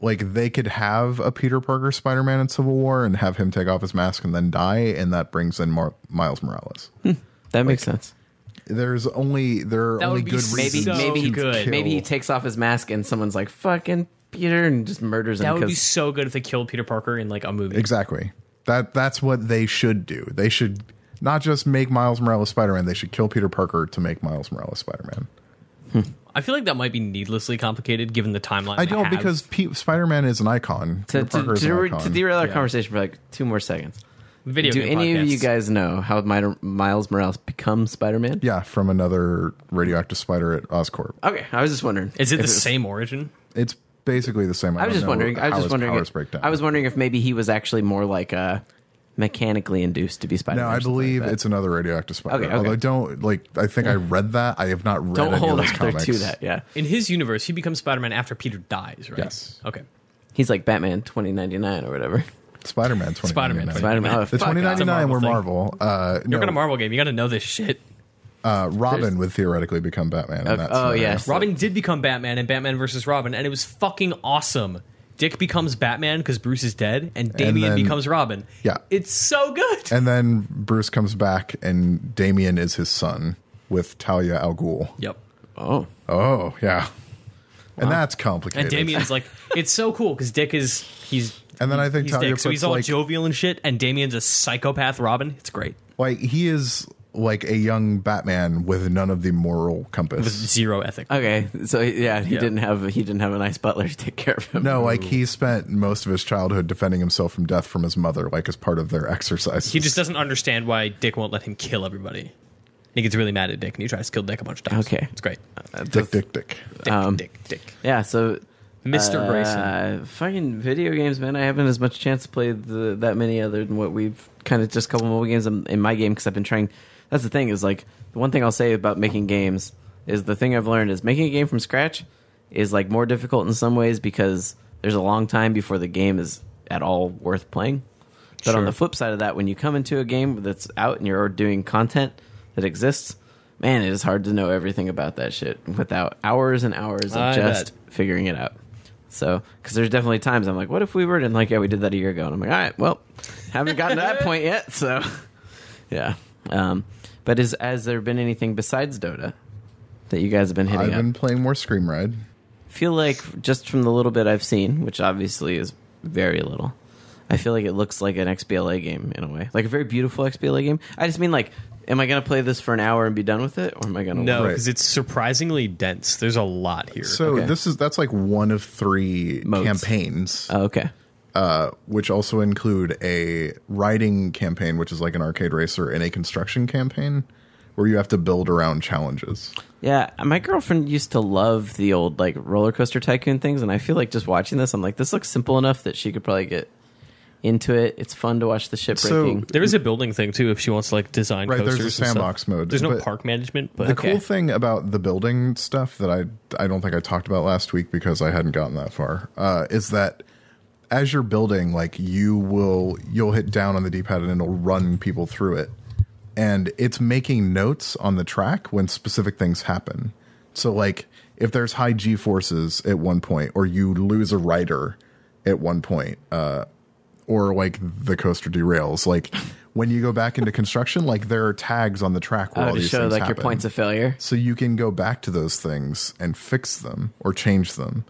Speaker 2: like they could have a Peter Parker Spider Man in Civil War and have him take off his mask and then die, and that brings in Mar- Miles Morales.
Speaker 1: that makes sense.
Speaker 2: There's only there are
Speaker 3: That would
Speaker 2: only
Speaker 3: be
Speaker 2: good
Speaker 3: so
Speaker 1: Maybe
Speaker 2: reasons.
Speaker 1: maybe he,
Speaker 2: to
Speaker 3: good.
Speaker 2: kill-
Speaker 1: maybe he takes off his mask and someone's like fucking Peter and just murders him.
Speaker 3: That would be
Speaker 1: 'cause-
Speaker 3: so good if they killed Peter Parker in like a movie.
Speaker 2: exactly that that's what they should do. They should not just make Miles Morales Spider Man. They should kill Peter Parker to make Miles Morales Spider Man.
Speaker 3: I feel like that might be needlessly complicated given the timeline.
Speaker 2: I
Speaker 3: they
Speaker 2: don't
Speaker 3: have.
Speaker 2: because P- Spider Man is an icon.
Speaker 1: to,
Speaker 2: Peter
Speaker 1: to,
Speaker 2: Parker is
Speaker 1: to-
Speaker 2: an
Speaker 1: to
Speaker 2: icon.
Speaker 1: derail our
Speaker 3: Yeah.
Speaker 1: conversation for like two more seconds.
Speaker 3: video.
Speaker 1: Do
Speaker 3: game
Speaker 1: any of
Speaker 3: podcasts.
Speaker 1: you guys know how Mi- Miles Morales becomes Spider-Man?
Speaker 2: yeah, from another radioactive spider at Oscorp.
Speaker 1: Okay, I was just wondering.
Speaker 3: Is it
Speaker 1: if
Speaker 3: the
Speaker 1: was-
Speaker 3: same origin?
Speaker 2: It's basically the same.
Speaker 1: I was
Speaker 2: don't
Speaker 1: just
Speaker 2: know
Speaker 1: wondering. I
Speaker 2: how
Speaker 1: was
Speaker 2: his
Speaker 1: just wondering.
Speaker 2: powers
Speaker 1: If,
Speaker 2: break down.
Speaker 1: I was wondering if maybe he was actually more like uh, mechanically induced to be Spider.
Speaker 2: No, I believe it's another radioactive spider.
Speaker 1: Okay, okay.
Speaker 2: Although don't like. I think I read that. I have not read.
Speaker 1: Don't
Speaker 2: any
Speaker 1: hold
Speaker 2: of those
Speaker 1: Arthur
Speaker 2: comics.
Speaker 1: to that. Yeah,
Speaker 3: In his universe, he becomes Spider Man after Peter dies, right?
Speaker 2: Yes.
Speaker 3: Okay.
Speaker 1: he's like Batman twenty ninety nine or whatever.
Speaker 2: Spider Man. Spider
Speaker 3: Spider-Man.
Speaker 2: Man.
Speaker 1: Spider Man. Oh,
Speaker 2: The
Speaker 1: fuck,
Speaker 2: twenty ninety
Speaker 1: I-
Speaker 2: nine
Speaker 3: Marvel
Speaker 2: were
Speaker 3: thing.
Speaker 2: Marvel. Uh,
Speaker 3: You're
Speaker 2: no,
Speaker 3: gonna Marvel game. You got to know this shit.
Speaker 2: uh, Robin would theoretically become Batman. in
Speaker 1: Okay.
Speaker 2: that
Speaker 1: Oh,
Speaker 2: scenario.
Speaker 1: yes.
Speaker 3: Robin did become Batman in Batman versus Robin, and it was fucking awesome. Dick becomes Batman because Bruce is dead, and Damian
Speaker 2: then-
Speaker 3: becomes Robin.
Speaker 2: Yeah.
Speaker 3: It's so good.
Speaker 2: And then Bruce comes back, and Damien is his son with Talia al Ghul.
Speaker 3: yep.
Speaker 1: Oh,
Speaker 2: Oh yeah, and that's complicated.
Speaker 3: And Damien's like, it's so cool because Dick is he's
Speaker 2: And then I think
Speaker 3: he's
Speaker 2: Talia
Speaker 3: Dick, so he's
Speaker 2: puts,
Speaker 3: all
Speaker 2: like-
Speaker 3: jovial and shit, and Damien's a psychopath Robin. It's great.
Speaker 2: like he is like a young Batman with none of the moral compass.
Speaker 3: Zero ethic.
Speaker 1: okay. So yeah, he
Speaker 3: Yeah.
Speaker 1: didn't have he didn't have a nice butler to take care of him.
Speaker 2: No, like he spent most of his childhood defending himself from death from his mother, like as part of their exercise.
Speaker 3: He just doesn't understand why Dick won't let him kill everybody. And he gets really mad at Dick, and he tries to kill Dick a bunch of times.
Speaker 1: Okay.
Speaker 3: It's great.
Speaker 2: dick, dick, dick.
Speaker 3: Dick, Dick, Dick.
Speaker 1: Yeah. So.
Speaker 3: Mr. Grayson.
Speaker 1: Uh, fucking video games, man. I haven't as much chance to play the, that many other than what we've kind of just a couple mobile games in, in my game because I've been trying. That's the thing is like the one thing I'll say about making games is the thing I've learned is making a game from scratch is like more difficult in some ways because there's a long time before the game is at all worth playing. But on
Speaker 3: Sure.
Speaker 1: the flip side of that, when you come into a game that's out and you're doing content that exists, man, it is hard to know everything about that shit without hours and hours of
Speaker 3: I
Speaker 1: just
Speaker 3: bet.
Speaker 1: figuring it out. So, because there's definitely times I'm like, what if we were? And like, yeah, we did that a year ago. And I'm like, all right, well, haven't gotten to that point yet. So, yeah. Um, but is has there been anything besides Dota that you guys have been
Speaker 2: I've
Speaker 1: hitting up?
Speaker 2: been playing more Scream Ride.
Speaker 1: feel like just from the little bit I've seen, which obviously is very little, I feel like it looks like an XBLA game in a way, like a very beautiful XBLA game. I just mean like, am I going to play this for an hour and be done with it, or am I going to
Speaker 3: No,
Speaker 2: Right.
Speaker 3: because it's surprisingly dense. There's a lot here.
Speaker 2: So
Speaker 1: Okay.
Speaker 2: this is that's like one of three
Speaker 1: Modes.
Speaker 2: campaigns,
Speaker 1: Oh, okay.
Speaker 2: uh, which also include a riding campaign, which is like an arcade racer, and a construction campaign where you have to build around challenges.
Speaker 1: Yeah, my girlfriend used to love the old like roller coaster tycoon things, and I feel like just watching this, I'm like, this looks simple enough that she could probably get into it. It's fun to watch the ship
Speaker 2: So-
Speaker 1: breaking.
Speaker 3: there is a building thing too if she wants to like design
Speaker 2: Right, there's
Speaker 3: coasters
Speaker 2: a
Speaker 3: and stuff.
Speaker 2: sandbox mode,
Speaker 3: There's no
Speaker 2: but-
Speaker 3: park management, but
Speaker 2: The
Speaker 1: Okay.
Speaker 2: cool thing about the building stuff that I I don't think I talked about last week because I hadn't gotten that far uh, is that as you're building, like you will you'll hit down on the D-pad and it'll run people through it, and it's making notes on the track when specific things happen. So like if there's high G forces at one point, or you lose a rider at one point, uh, or like the coaster derails. Like when you go back into construction, like there are tags on the track where
Speaker 1: Oh,
Speaker 2: all
Speaker 1: to
Speaker 2: these
Speaker 1: show
Speaker 2: things
Speaker 1: like
Speaker 2: happen.
Speaker 1: your points of failure.
Speaker 2: so you can go back to those things and fix them or change them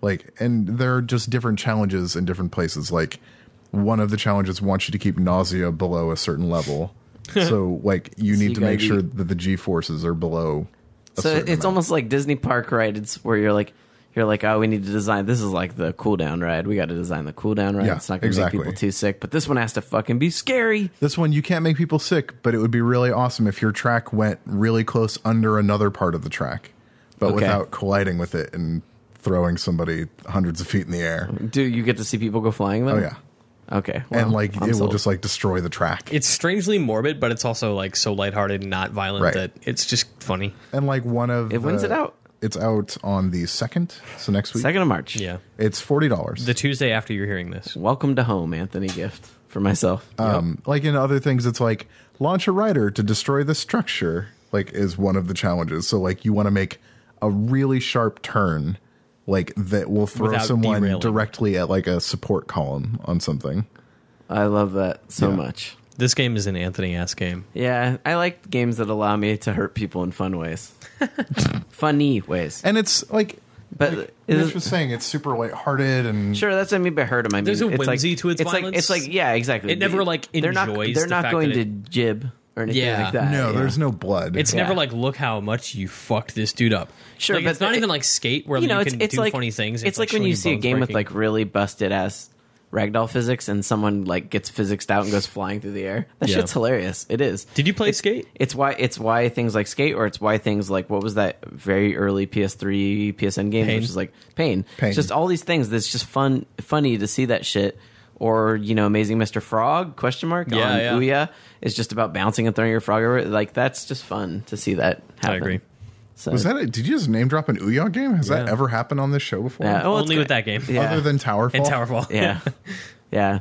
Speaker 2: like and there are just different challenges in different places like one of the challenges wants you to keep nausea below a certain level so like you need
Speaker 1: you
Speaker 2: to
Speaker 1: gotta
Speaker 2: make
Speaker 1: be-
Speaker 2: sure that the g forces are below a
Speaker 1: So
Speaker 2: certain
Speaker 1: it's
Speaker 2: amount.
Speaker 1: almost like Disney park ride. It's where you're like, you're like, oh, we need to design. This is like the cool down ride. We got to design the cool down ride.
Speaker 2: Yeah,
Speaker 1: it's not going to
Speaker 2: exactly.
Speaker 1: make people too sick, but this one has to fucking be scary.
Speaker 2: this one you can't make people sick but it would be really awesome if your track went really close under another part of the track but
Speaker 1: Okay.
Speaker 2: without colliding with it and throwing somebody hundreds of feet in the air
Speaker 1: Do you get to see people go flying though?
Speaker 2: oh yeah
Speaker 1: Okay.
Speaker 2: and
Speaker 1: well,
Speaker 2: like
Speaker 1: I'm
Speaker 2: it will
Speaker 1: sold.
Speaker 2: just like destroy the track
Speaker 3: It's strangely morbid, but it's also like so lighthearted and not violent
Speaker 2: Right.
Speaker 3: that it's just funny.
Speaker 2: and like one of
Speaker 1: It- when's it out?
Speaker 2: It's out on the second, so next week.
Speaker 1: second of March.
Speaker 3: Yeah.
Speaker 2: It's forty dollars.
Speaker 3: The Tuesday after you're hearing this.
Speaker 1: Welcome to home, Anthony. Gift for myself.
Speaker 2: Um, like in other things, it's like launch a rider to destroy the structure. Like is one of the challenges. So like you want to make a really sharp turn, like that will throw
Speaker 3: Without
Speaker 2: someone
Speaker 3: derailing.
Speaker 2: directly at like a support column on something.
Speaker 1: I love that so
Speaker 2: yeah.
Speaker 1: much.
Speaker 3: This game is an Anthony ass game.
Speaker 1: Yeah, I like games that allow me to hurt people in fun ways, funny ways.
Speaker 2: And it's like
Speaker 1: But it
Speaker 2: Mitch
Speaker 1: is,
Speaker 2: was saying, it's super lighthearted and
Speaker 1: Sure, that's what I mean by hurt 'em. I mean,
Speaker 3: There's a
Speaker 1: it's
Speaker 3: whimsy
Speaker 1: like,
Speaker 3: to its
Speaker 1: it's Like,
Speaker 3: violence.
Speaker 1: it's like yeah, exactly.
Speaker 3: It never, like,
Speaker 1: they're
Speaker 3: enjoys
Speaker 1: not they're
Speaker 3: the
Speaker 1: not
Speaker 3: fact
Speaker 1: going
Speaker 3: that
Speaker 1: to jib or anything
Speaker 3: Yeah.
Speaker 1: like that.
Speaker 2: no,
Speaker 1: yeah.
Speaker 2: there's no blood.
Speaker 3: It's
Speaker 1: Yeah.
Speaker 3: never like look how much you fucked this dude up.
Speaker 1: Sure,
Speaker 3: Like,
Speaker 1: but
Speaker 3: it's not
Speaker 1: it-
Speaker 3: even like skate where
Speaker 1: you know, it's
Speaker 3: can
Speaker 1: it's
Speaker 3: do
Speaker 1: like
Speaker 3: funny things.
Speaker 1: It's, like, when
Speaker 3: showing
Speaker 1: you
Speaker 3: your
Speaker 1: see a
Speaker 3: bones
Speaker 1: game with
Speaker 3: breaking.
Speaker 1: like really busted ass ragdoll physics, and someone like gets physicsed out and goes flying through the air. That
Speaker 3: Yeah.
Speaker 1: shit's hilarious. It is.
Speaker 3: Did you play skate?
Speaker 1: It's why it's why things like Skate or it's why things like what was that very early PS3 PSN game
Speaker 3: Pain.
Speaker 1: which is like Pain.
Speaker 2: Pain.
Speaker 1: It's just all these things that's just fun funny to see that shit or you know Amazing Mr. Frog question mark
Speaker 3: Yeah,
Speaker 1: on
Speaker 3: yeah.
Speaker 1: Ouya is just about bouncing and throwing your frog over it. like that's just fun to see that happen.
Speaker 3: I agree.
Speaker 1: So
Speaker 2: Was that it? Did you just name drop an Ouya game? Has that
Speaker 3: Yeah.
Speaker 2: ever happened on this show before?
Speaker 1: yeah, well, it's
Speaker 3: Only
Speaker 1: good.
Speaker 3: with that game.
Speaker 1: Yeah.
Speaker 2: Other than Towerfall.
Speaker 3: And Towerfall.
Speaker 1: Yeah. yeah.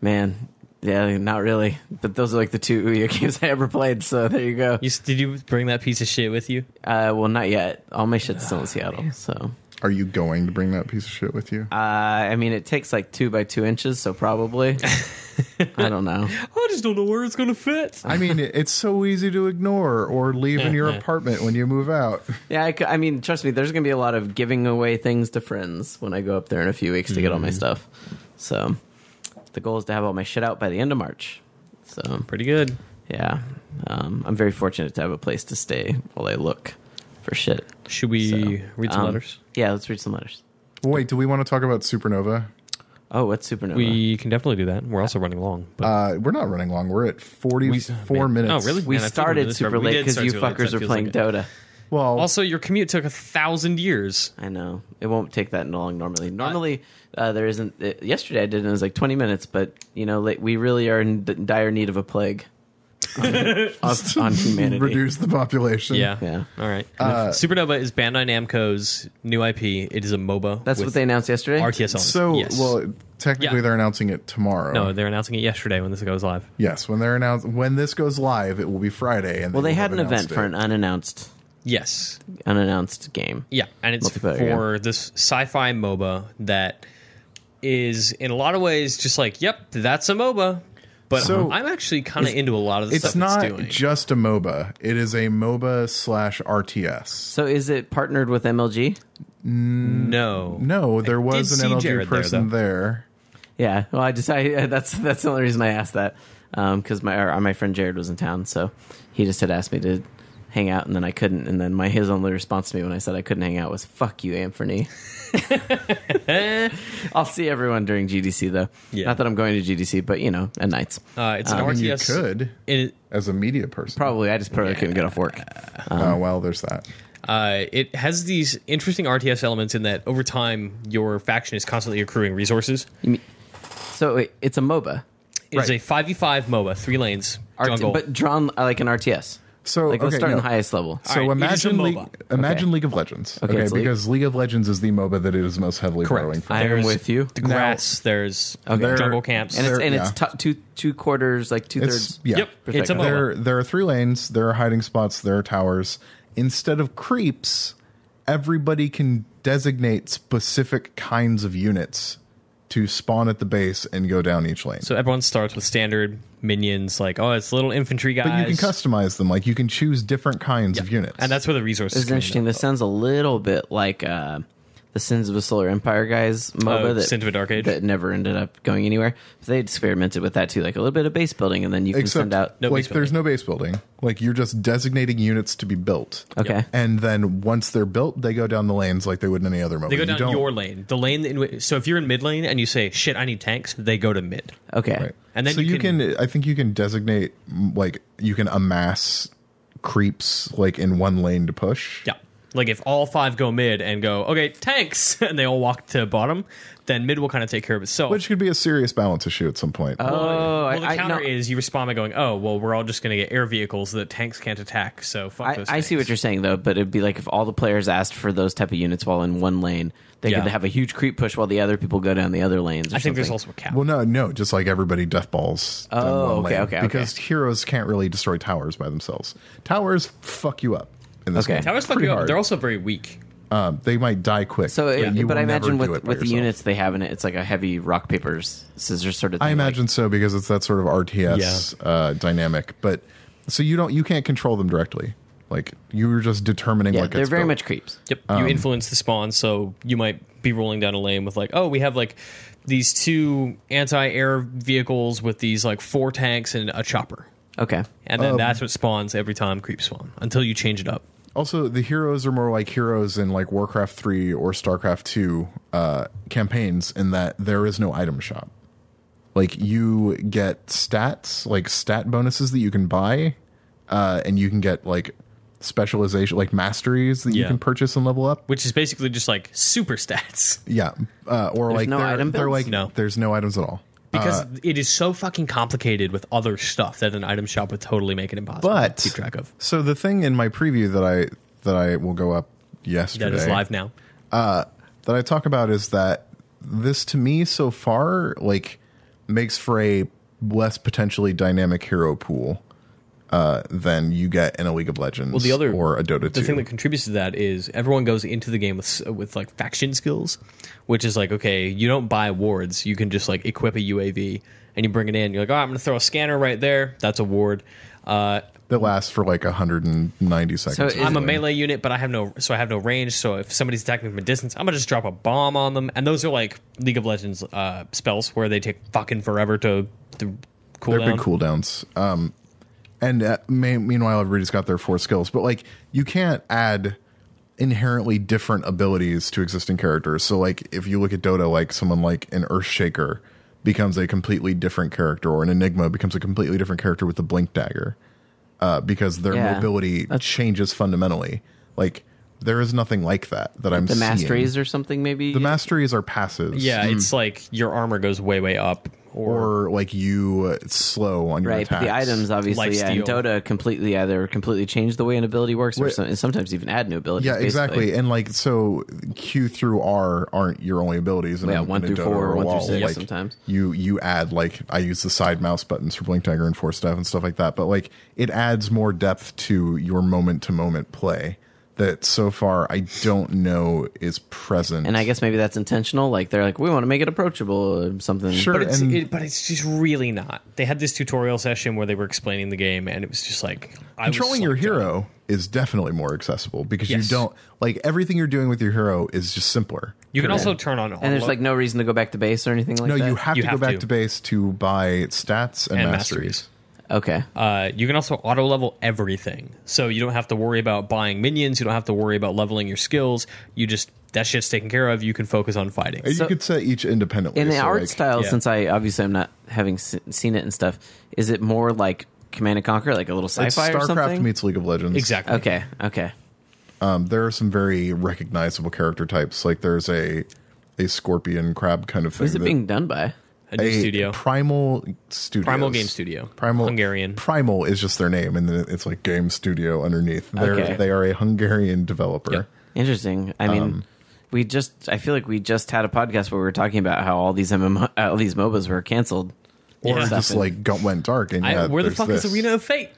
Speaker 1: Man. Yeah, not really. But those are like the two Ouya games I ever played, so there you go.
Speaker 3: You, s- did you bring that piece of shit with you?
Speaker 1: Uh, well not yet. All my shit's still in
Speaker 3: Oh,
Speaker 1: Seattle, so
Speaker 2: Are you going to bring that piece of shit with you?
Speaker 1: Uh, I mean, it takes like two by two inches, so probably. I don't know.
Speaker 3: I just don't know where it's gonna fit.
Speaker 2: I mean, it- it's so easy to ignore or leave in
Speaker 3: Mm-hmm.
Speaker 2: your apartment when you move out.
Speaker 1: Yeah, I, cou- I mean, trust me, there's going to be a lot of giving away things to friends when I go up there in a few weeks to get all
Speaker 3: Mm.
Speaker 1: my stuff. So the goal is to have all my shit out by the end of March. So
Speaker 3: Pretty good.
Speaker 1: yeah, um, I'm very fortunate to have a place to stay while I look for shit.
Speaker 3: Should we
Speaker 1: So,
Speaker 3: read some
Speaker 1: um,
Speaker 3: letters?
Speaker 1: Yeah, let's read some letters.
Speaker 2: Wait, do we want to talk about Supernova?
Speaker 1: Oh, what's Supernova?
Speaker 3: We can definitely do that. We're also running long. But
Speaker 2: Uh, we're not running long. We're at 44
Speaker 3: man.
Speaker 2: minutes.
Speaker 3: Oh, really?
Speaker 1: We
Speaker 3: Man, I think we're
Speaker 1: started
Speaker 3: doing this
Speaker 1: super
Speaker 3: right. We
Speaker 1: late
Speaker 3: did
Speaker 1: because
Speaker 3: start
Speaker 1: you
Speaker 3: super late, so
Speaker 1: fuckers
Speaker 3: it
Speaker 1: are
Speaker 3: feels
Speaker 1: playing
Speaker 3: like it.
Speaker 1: Dota.
Speaker 2: Well,
Speaker 3: also, your commute took a thousand years.
Speaker 1: I know it won't take that long normally. Normally, uh, there isn't. uh yesterday I did, and it was like twenty minutes. But you know, like, we really are in d- dire need of a plague of, on humanity.
Speaker 2: reduce the population.
Speaker 3: Yeah.
Speaker 1: Mm, Yeah.
Speaker 3: All right.
Speaker 2: Uh,
Speaker 3: Supernova is Bandai Namco's new IP. It is a MOBA.
Speaker 1: That's what
Speaker 3: with
Speaker 1: they announced yesterday.
Speaker 3: RTS on.
Speaker 2: So,
Speaker 3: yes.
Speaker 2: well, technically
Speaker 3: Yeah.
Speaker 2: they're announcing it tomorrow.
Speaker 3: no, they're announcing it yesterday when this goes live.
Speaker 2: Yes, when they're announced, when this goes live, it will be Friday. And
Speaker 1: well, they
Speaker 2: will
Speaker 1: had
Speaker 2: have
Speaker 1: an event
Speaker 2: announced
Speaker 1: for
Speaker 2: it.
Speaker 1: an
Speaker 3: uh,
Speaker 1: unannounced
Speaker 3: Yes.
Speaker 1: unannounced game.
Speaker 3: Yeah, and it's
Speaker 1: Multiplayer,
Speaker 3: for this sci-fi MOBA that is in a lot of ways just like, yep, that's a MOBA. But
Speaker 2: So,
Speaker 3: I'm actually kind of into a lot of the
Speaker 2: It's
Speaker 3: stuff
Speaker 2: not
Speaker 3: it's doing.
Speaker 2: just a MOBA. It is a MOBA slash RTS.
Speaker 1: So is it partnered with MLG?
Speaker 3: no.
Speaker 2: No, there was
Speaker 3: did
Speaker 2: an
Speaker 3: see
Speaker 2: MLG
Speaker 3: Jared there,
Speaker 2: person there.
Speaker 1: Yeah. Well, I just I, that's that's the only reason I asked that because my or, my friend Jared was in town, so he just had asked me to hang out, and then I couldn't, and then my his only response to me when I said I couldn't hang out was "fuck you, Anthony." I'll see everyone during GDC though.
Speaker 3: Yeah.
Speaker 1: Not that I'm going to GDC, but you know, at nights
Speaker 3: Uh, it's an
Speaker 2: I mean, you
Speaker 3: RTS.
Speaker 2: could
Speaker 3: It,
Speaker 2: as a media person.
Speaker 1: probably. I just probably couldn't get off work. Um,
Speaker 2: oh well, there's that.
Speaker 3: uh, it has these interesting RTS elements in that over time your faction is constantly accruing resources.
Speaker 1: So it- it's a MOBA,
Speaker 3: It's
Speaker 2: Right.
Speaker 3: a five v five MOBA, three lanes,
Speaker 1: RT-
Speaker 3: jungle.
Speaker 1: but drawn uh, like an RTS.
Speaker 2: So
Speaker 1: Like
Speaker 2: okay,
Speaker 1: let's start
Speaker 2: no.
Speaker 1: in the highest level.
Speaker 2: So
Speaker 3: All right, it is a
Speaker 2: imagine League,
Speaker 3: MOBA.
Speaker 2: imagine
Speaker 1: Okay.
Speaker 2: League of Legends.
Speaker 1: Okay,
Speaker 2: Okay,
Speaker 1: it's League-
Speaker 2: because League of Legends is the MOBA that it is most heavily borrowing from.
Speaker 1: I am
Speaker 3: There's
Speaker 1: with you.
Speaker 3: The grass. there's
Speaker 2: There-
Speaker 3: jungle camps.
Speaker 1: and it's
Speaker 2: There-
Speaker 1: and it's
Speaker 2: yeah.
Speaker 1: t- two two quarters, like two
Speaker 2: It's
Speaker 1: thirds.
Speaker 2: yeah.
Speaker 3: Yep, it's a
Speaker 1: Perfect.
Speaker 3: MOBA.
Speaker 2: There there are three lanes, there are hiding spots, there are towers. Instead of creeps, everybody can designate specific kinds of units to spawn at the base and go down each lane.
Speaker 3: So everyone starts with standard minions, like oh, it's little infantry guys.
Speaker 2: but you can customize them. Like you can choose different kinds of units.
Speaker 3: and that's where the resources.
Speaker 1: This is
Speaker 3: come in.
Speaker 1: interesting. This sounds a little bit like uh, the Sins of a Solar Empire guys MOBA
Speaker 3: Oh,
Speaker 1: that
Speaker 3: Sins of a Dark Age?
Speaker 1: that never ended up going anywhere. they experimented with that too, like a little bit of base building, and then you can
Speaker 2: Except
Speaker 1: send out.
Speaker 3: No
Speaker 2: like
Speaker 3: base
Speaker 2: there's no base building. Like you're just designating units to be built.
Speaker 1: Okay. Yep.
Speaker 2: And then once they're built, they go down the lanes like they would in any other MOBA.
Speaker 3: They go
Speaker 2: You
Speaker 3: down
Speaker 2: don't-
Speaker 3: your lane, the lane. In which, so if you're in mid lane and you say shit, I need tanks, they go to mid.
Speaker 1: Okay,
Speaker 2: Right.
Speaker 3: And then
Speaker 2: so
Speaker 3: you
Speaker 2: you can, I think you can designate mm, like you can amass creeps like in one lane to push.
Speaker 3: Yeah. Like if all five go mid and go okay tanks, and they all walk to bottom, then mid will kind of take care of itself.
Speaker 2: Which uh, could be a serious balance issue at some point.
Speaker 1: Oh,
Speaker 3: well, the
Speaker 1: I, I,
Speaker 3: counter
Speaker 1: no,
Speaker 3: is you respond by going, "Oh, well, we're all just going to get air vehicles that tanks can't attack." So fuck
Speaker 1: I,
Speaker 3: those.
Speaker 1: I see what you're saying though, but it'd be like if all the players asked for those type of units while in one lane, they
Speaker 3: Yeah.
Speaker 1: could have a huge creep push while the other people go down the other lanes. Or
Speaker 3: I think there's
Speaker 1: something.
Speaker 3: also a cap.
Speaker 2: Well, no, no, just like everybody death balls. down
Speaker 1: Oh,
Speaker 2: one
Speaker 1: okay, okay, okay.
Speaker 2: Because heroes can't really destroy towers by themselves. Towers fuck you up in this
Speaker 1: Okay.
Speaker 2: game.
Speaker 3: Towers fuck
Speaker 2: Pretty
Speaker 3: you up.
Speaker 2: hard.
Speaker 3: They're also very weak.
Speaker 2: um, they might die quick.
Speaker 1: So, it-
Speaker 2: you
Speaker 1: but
Speaker 2: will
Speaker 1: I
Speaker 2: never
Speaker 1: imagine
Speaker 2: do
Speaker 1: with
Speaker 2: it
Speaker 1: with
Speaker 2: by
Speaker 1: the
Speaker 2: yourself.
Speaker 1: units they have in it, it's like a heavy rock paper s- scissors sort of. thing.
Speaker 2: I
Speaker 1: like-
Speaker 2: imagine so because it's that sort of RTS uh, dynamic. But so you don't, you can't control them directly. Like you were just determining.
Speaker 1: yeah,
Speaker 2: what
Speaker 1: they're
Speaker 2: gets
Speaker 1: very
Speaker 2: built.
Speaker 1: much creeps.
Speaker 3: Yep. you influence the spawn, so you might be rolling down a lane with like, "Oh, we have like these two anti-air vehicles with these like four tanks and a chopper,"
Speaker 1: Okay,
Speaker 3: and then that's what spawns every time creep spawn until you change it up.
Speaker 2: Also, the heroes are more like heroes in like Warcraft three or Starcraft two uh, campaigns in that there is no item shop. Like you get stats, like stat bonuses that you can buy, uh, and you can get like specialization, like masteries that you
Speaker 3: Yeah.
Speaker 2: can purchase and level up.
Speaker 3: Which is basically just like super stats
Speaker 2: Yeah, uh, or like
Speaker 1: no
Speaker 2: they're,
Speaker 1: item
Speaker 2: they're
Speaker 1: builds?
Speaker 2: like
Speaker 3: No.
Speaker 2: there's no items at all.
Speaker 3: because it is so fucking complicated with other stuff that an item shop would totally make it impossible
Speaker 2: but
Speaker 3: to keep track of.
Speaker 2: So the thing in my preview that I that I will go up yesterday
Speaker 3: That is live now.
Speaker 2: that I talk about is that this to me so far like makes for a less potentially dynamic hero pool uh, than you get in a League of Legends
Speaker 3: the other-
Speaker 2: or a Dota
Speaker 3: the
Speaker 2: 2.
Speaker 3: thing that contributes to that is everyone goes into the game with with like faction skills, which is like okay, you don't buy wards, you can just like equip a UAV and you bring it in. You're like, oh, I'm gonna throw a scanner right there. That's a ward. Uh,
Speaker 2: that lasts for like 190 seconds.
Speaker 1: is-
Speaker 2: or
Speaker 3: I'm a
Speaker 2: something.
Speaker 3: melee unit, but I have no so I have no range. So if somebody's attacking me from a distance, I'm gonna just drop a bomb on them. And those are like League of Legends uh, spells where they take fucking forever to to cool
Speaker 2: They're
Speaker 3: down.
Speaker 2: big cooldowns. Um, and uh, may, meanwhile, everybody's got their four skills, but like you can't add inherently different abilities to existing characters. So like if you look at Dota, like someone like an Earthshaker becomes a completely different character, or an Enigma becomes a completely different character with the Blink Dagger, uh, because their
Speaker 1: Yeah.
Speaker 2: mobility changes fundamentally. Like there is nothing like that that I'm
Speaker 1: the masteries
Speaker 2: Seeing.
Speaker 1: or something maybe.
Speaker 2: The masteries are passives.
Speaker 3: Yeah, it's like your armor goes way way up. Or,
Speaker 2: Or like you uh, slow on your
Speaker 1: Right, but
Speaker 2: attacks.
Speaker 1: the items obviously, yeah, and
Speaker 3: Lifesteal.
Speaker 1: Dota completely either completely change the way an ability works, or
Speaker 2: Wait.
Speaker 1: some, and sometimes even add new abilities.
Speaker 2: Yeah,
Speaker 1: basically.
Speaker 2: exactly. And like so, Q through R aren't your only abilities. And
Speaker 1: Yeah, one through four, one through six sometimes.
Speaker 2: you you add like I use the side mouse buttons for Blink Dagger and Force Staff and stuff like that. But like it adds more depth to your moment to moment play that so far I don't know is present.
Speaker 1: And I guess maybe that's intentional. Like they're like, we want to make it approachable or something.
Speaker 2: sure,
Speaker 3: But it's,
Speaker 2: and
Speaker 3: it, but it's just really not. They had this tutorial session where they were explaining the game, and it was just like I was
Speaker 2: controlling your
Speaker 3: slumped down.
Speaker 2: hero is definitely more accessible because
Speaker 3: Yes.
Speaker 2: you don't like everything you're doing with your hero is just simpler.
Speaker 3: You can also turn on
Speaker 1: And there's like no reason to go back to base or anything like
Speaker 2: No,
Speaker 1: that.
Speaker 2: you have
Speaker 3: You
Speaker 2: to
Speaker 3: have
Speaker 2: go back
Speaker 3: to.
Speaker 2: to. base to buy stats and,
Speaker 3: and
Speaker 2: masteries.
Speaker 3: masteries.
Speaker 1: okay.
Speaker 3: Uh, you can also auto level everything, so you don't have to worry about buying minions. You don't have to worry about leveling your skills. You just that shit's taken care of. You can focus on fighting.
Speaker 2: And
Speaker 1: So-
Speaker 2: you could set each independently.
Speaker 1: In the
Speaker 2: so,
Speaker 1: art
Speaker 2: like,
Speaker 1: style,
Speaker 3: yeah.
Speaker 1: since I obviously I'm not having se- seen it and stuff, is it more like Command and Conquer, like a little
Speaker 2: It's
Speaker 1: sci-fi or
Speaker 2: StarCraft
Speaker 1: something?
Speaker 2: meets League of Legends.
Speaker 3: Exactly.
Speaker 1: okay, okay.
Speaker 2: Um, there are some very recognizable character types. Like there's a a scorpion crab kind of thing.
Speaker 1: Who's it
Speaker 2: that-
Speaker 1: being done by?
Speaker 3: A new
Speaker 2: a
Speaker 3: studio.
Speaker 2: Primal Studio.
Speaker 3: Primal Game Studio.
Speaker 2: Primal
Speaker 3: Hungarian.
Speaker 2: Primal is just their name, and then it's like Game Studio underneath. They're,
Speaker 1: Okay.
Speaker 2: They are a Hungarian developer.
Speaker 3: Yep.
Speaker 1: Interesting. I mean, we just I feel like we just had a podcast where we were talking about how all these MMO, uh, all these MOBAs were canceled.
Speaker 2: Or
Speaker 3: Yeah.
Speaker 2: just like got, went dark. And
Speaker 3: I,
Speaker 2: yeah,
Speaker 3: where the
Speaker 2: there's
Speaker 3: fuck
Speaker 2: this.
Speaker 3: is Arena of Fate?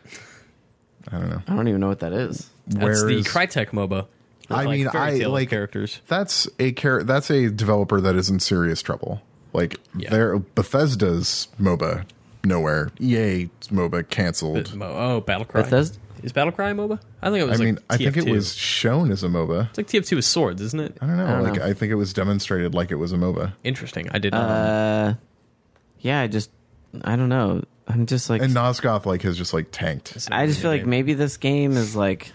Speaker 2: I don't know.
Speaker 1: I don't even know what that is.
Speaker 3: That's
Speaker 2: Where
Speaker 3: the
Speaker 2: is-
Speaker 3: Crytek MOBA.
Speaker 2: I
Speaker 3: Like
Speaker 2: mean,
Speaker 3: fairy
Speaker 2: I
Speaker 3: tale
Speaker 2: like
Speaker 3: characters.
Speaker 2: That's a char- That's a developer that is in serious trouble. Like
Speaker 3: Yeah.
Speaker 2: their Bethesda's MOBA nowhere. EA's MOBA canceled.
Speaker 3: Mo- Oh, Battlecry.
Speaker 1: Bethesda?
Speaker 3: Is Battlecry MOBA? I think it
Speaker 2: I
Speaker 3: was.
Speaker 2: mean,
Speaker 3: like
Speaker 2: I think it
Speaker 3: TF2.
Speaker 2: was shown as a MOBA.
Speaker 3: It's like TF2 is swords, isn't it?
Speaker 2: I don't know.
Speaker 1: I don't
Speaker 2: like
Speaker 1: know.
Speaker 2: I think it was demonstrated like it was a MOBA.
Speaker 3: Interesting. I did not.
Speaker 1: Uh, yeah, I just, I don't know. I'm just like,
Speaker 2: And Nosgoth like has just like tanked.
Speaker 1: I just feel like maybe this game is like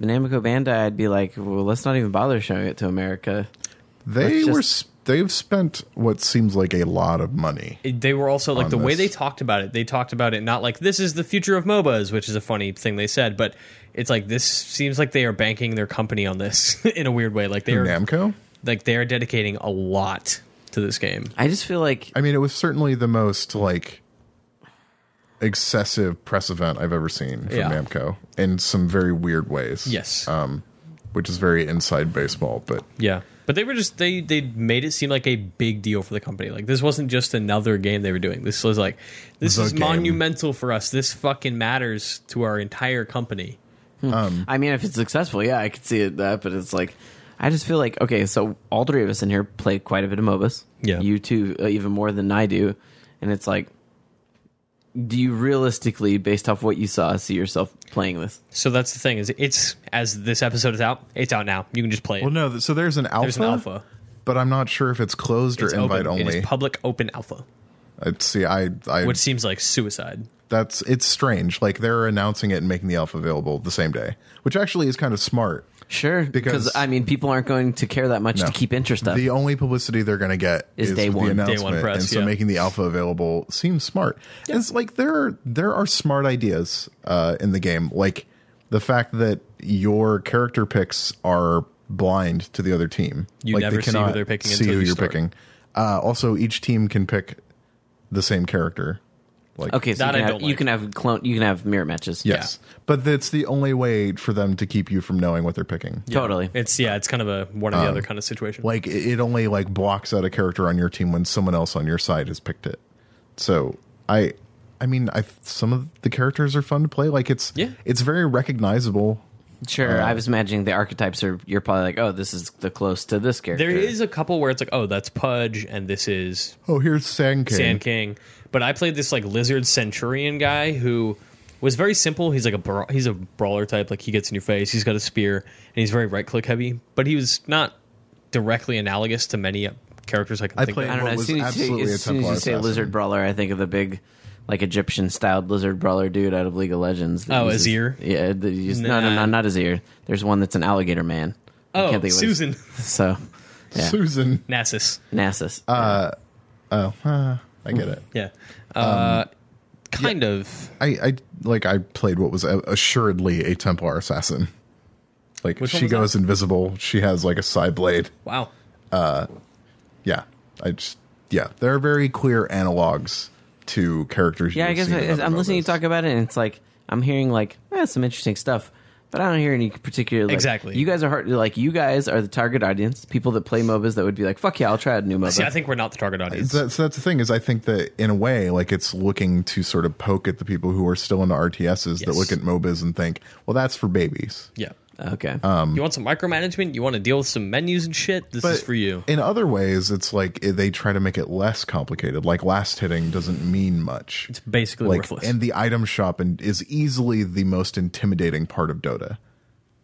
Speaker 1: Namco Bandai. I'd be like, well, let's not even bother showing it to America.
Speaker 2: They
Speaker 1: Let's
Speaker 2: were
Speaker 1: just-
Speaker 2: sp- they've spent what seems like a lot of money.
Speaker 3: It- they were also like
Speaker 2: on
Speaker 3: the way they
Speaker 2: this.
Speaker 3: talked about it they talked about it not like this is the future of mobas which is a funny thing they said but it's like this seems like they are banking their company on this in a weird way like they're
Speaker 2: Namco?
Speaker 3: like they're dedicating a lot to this game
Speaker 1: I just feel like
Speaker 2: I mean, it was certainly the most like excessive press event I've ever seen from
Speaker 3: Yeah.
Speaker 2: Namco in some very weird ways.
Speaker 3: yes
Speaker 2: Um, which is very inside baseball, but
Speaker 3: yeah but they were just they they made it seem like a big deal for the company like this wasn't just another game they were doing this was like this
Speaker 2: The
Speaker 3: is
Speaker 2: game.
Speaker 3: monumental for us this fucking matters to our entire company
Speaker 1: I mean, if it's successful, yeah, I could see it that. But it's like, I just feel like okay. So all three of us in here play quite a bit of MOBAs.
Speaker 3: Yeah.
Speaker 1: you two uh, even more than I do, and it's like, do you realistically, based off what you saw, see yourself playing this?
Speaker 3: so that's the thing is it's as this episode is out it's out now you can just play it
Speaker 2: well, no. th- So there's an alpha.
Speaker 3: there's an alpha
Speaker 2: but I'm not sure if it's closed
Speaker 3: It's
Speaker 2: or invite
Speaker 3: open. It
Speaker 2: only.
Speaker 3: is public open alpha,
Speaker 2: I see. I, I
Speaker 3: which seems like suicide.
Speaker 2: that's it's strange. Like they're announcing it and making the alpha available the same day, which actually is kind of smart.
Speaker 1: Sure,
Speaker 2: Because-
Speaker 1: because I mean, people aren't going to care that much
Speaker 2: No.
Speaker 1: to keep interest up.
Speaker 2: The only publicity they're going to get
Speaker 1: Is
Speaker 2: is,
Speaker 1: day
Speaker 2: with
Speaker 1: one.
Speaker 2: the
Speaker 1: Day one
Speaker 2: announcement,
Speaker 3: press,
Speaker 2: and so
Speaker 3: yeah.
Speaker 2: making the alpha available seems smart. And it's like there are, there are smart ideas uh, in the game, like the fact that your character picks are blind to the other team.
Speaker 3: You
Speaker 2: like,
Speaker 3: never
Speaker 2: they
Speaker 3: see who
Speaker 2: cannot
Speaker 3: they're picking
Speaker 2: See
Speaker 3: until
Speaker 2: who
Speaker 3: you
Speaker 2: you're
Speaker 3: start.
Speaker 2: picking. Uh, also, each team can pick the same character. Like
Speaker 1: okay, so you
Speaker 3: That
Speaker 1: can,
Speaker 3: I
Speaker 1: have,
Speaker 3: don't
Speaker 1: you
Speaker 3: like.
Speaker 1: can have clone, you can have mirror matches.
Speaker 2: Yes, but that's the only way for them to keep you from knowing what they're picking.
Speaker 1: totally.
Speaker 3: It's yeah, it's kind of a one or
Speaker 2: Um,
Speaker 3: the other kind of situation.
Speaker 2: like it it only like blocks out a character on your team when someone else on your side has picked it so i i mean i some of the characters are fun to play like it's
Speaker 3: Yeah.
Speaker 2: it's very recognizable
Speaker 1: Sure, Uh, I was imagining the archetypes are. You're probably like, oh, this is the close to this character.
Speaker 3: there is a couple where it's like, oh, that's Pudge, and this is
Speaker 2: oh here's sand king
Speaker 3: Sand King. But I played this like lizard centurion guy who was very simple. He's like a bra- he's a brawler type. Like he gets in your face. He's got a spear and he's very right click heavy. But he was not directly analogous to many uh, characters I can
Speaker 2: I
Speaker 3: think.
Speaker 2: played-
Speaker 3: of.
Speaker 1: I don't know.
Speaker 2: what
Speaker 1: As
Speaker 2: was
Speaker 1: soon as, you,
Speaker 2: absolutely a
Speaker 1: as soon as
Speaker 2: Templar
Speaker 1: you say
Speaker 2: assassin.
Speaker 1: lizard brawler, I think of the big, like Egyptian styled lizard brawler dude out of League of Legends. that
Speaker 3: Oh,
Speaker 1: uses-
Speaker 3: Azir?
Speaker 1: Yeah, that uses- no, no, no,
Speaker 3: Nah.
Speaker 1: not Azir. There's one that's an alligator man. I
Speaker 3: Oh,
Speaker 1: can't think of what his-
Speaker 3: Susan
Speaker 1: So, yeah,
Speaker 2: susan
Speaker 3: Nasus.
Speaker 1: Nasus.
Speaker 2: Uh, oh huh, i get it
Speaker 3: Yeah, uh, kind of.
Speaker 2: i i like i played what was a- assuredly a templar assassin like
Speaker 3: Which one
Speaker 2: she
Speaker 3: was that?
Speaker 2: goes invisible she has like a side blade
Speaker 3: Wow.
Speaker 2: yeah i just yeah there are very clear analogs to characters
Speaker 1: yeah, I
Speaker 2: you've
Speaker 1: guess
Speaker 2: seen
Speaker 1: I,
Speaker 2: in other
Speaker 1: I'm listening to you
Speaker 2: MOBAs.
Speaker 1: talk about it, and it's like I'm hearing like eh, some interesting stuff. But I don't hear any particular. Like,
Speaker 3: Exactly.
Speaker 1: You guys are hard, like you guys are the target audience. People that play MOBAs that would be like, "Fuck yeah, I'll try a new MOBA."
Speaker 3: See, I think we're not the target audience.
Speaker 2: That's that's the thing is I think that in a way like it's looking to sort of poke at the people who are still into RTSs that
Speaker 3: Yes.
Speaker 2: look at MOBAs and think, well, that's for babies.
Speaker 3: yeah.
Speaker 2: Um,
Speaker 1: okay.
Speaker 3: you want some micromanagement? You want to deal with some menus and shit? This is for you.
Speaker 2: In other ways, it's like eh, they try to make it less complicated. Like last hitting doesn't mean much.
Speaker 3: It's basically
Speaker 2: like
Speaker 3: worthless.
Speaker 2: and the item shop and is easily the most intimidating part of Dota.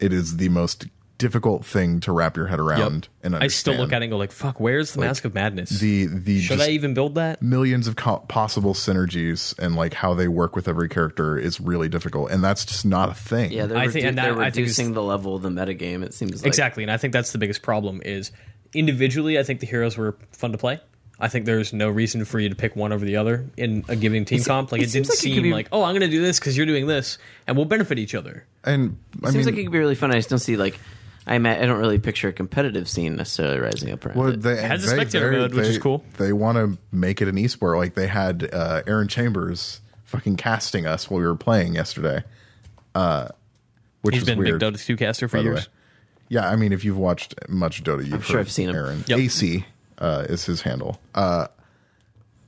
Speaker 2: It is the most difficult thing to wrap your head around and understand.
Speaker 3: I still look at it and go like, "Fuck, where's the Mask of Madness?
Speaker 2: the the
Speaker 3: Should
Speaker 2: just
Speaker 3: I even build that?"
Speaker 2: millions of co- possible synergies and like how they work with every character is really difficult and that's just not a thing
Speaker 1: yeah, they're,
Speaker 3: I think-
Speaker 1: redu-
Speaker 3: and that-
Speaker 1: they're
Speaker 3: I think is-
Speaker 1: reducing the level of the metagame. It seems like.
Speaker 3: Exactly, and I think that's the biggest problem. Is individually, I think the heroes were fun to play. I think there's no reason for you to pick one over the other in a giving team comp. Like
Speaker 1: it
Speaker 3: it,
Speaker 1: seems
Speaker 3: didn't
Speaker 1: like it could
Speaker 3: seem
Speaker 1: be-
Speaker 3: like, "Oh, I'm going to do this because you're doing this, and we'll benefit each other."
Speaker 2: and i mean
Speaker 1: Seems like it could be really fun. I just don't see like I ma- I don't really picture a competitive scene necessarily rising up around
Speaker 2: well,
Speaker 1: it.
Speaker 2: they,
Speaker 3: has a
Speaker 2: they-
Speaker 3: spectator
Speaker 2: they-
Speaker 3: mode, which
Speaker 2: they-
Speaker 3: is cool.
Speaker 2: they want to make it an esport like they had uh aaron chambers fucking casting us while we were playing yesterday uh which
Speaker 3: He's
Speaker 2: is
Speaker 3: been a big
Speaker 2: weird
Speaker 3: Dota 2 caster for
Speaker 2: by the way
Speaker 3: years.
Speaker 2: yeah i mean if you've watched much dota you've
Speaker 1: sure
Speaker 2: heard
Speaker 1: I've seen him.
Speaker 2: aaron
Speaker 3: Yep.
Speaker 2: ac uh is his handle uh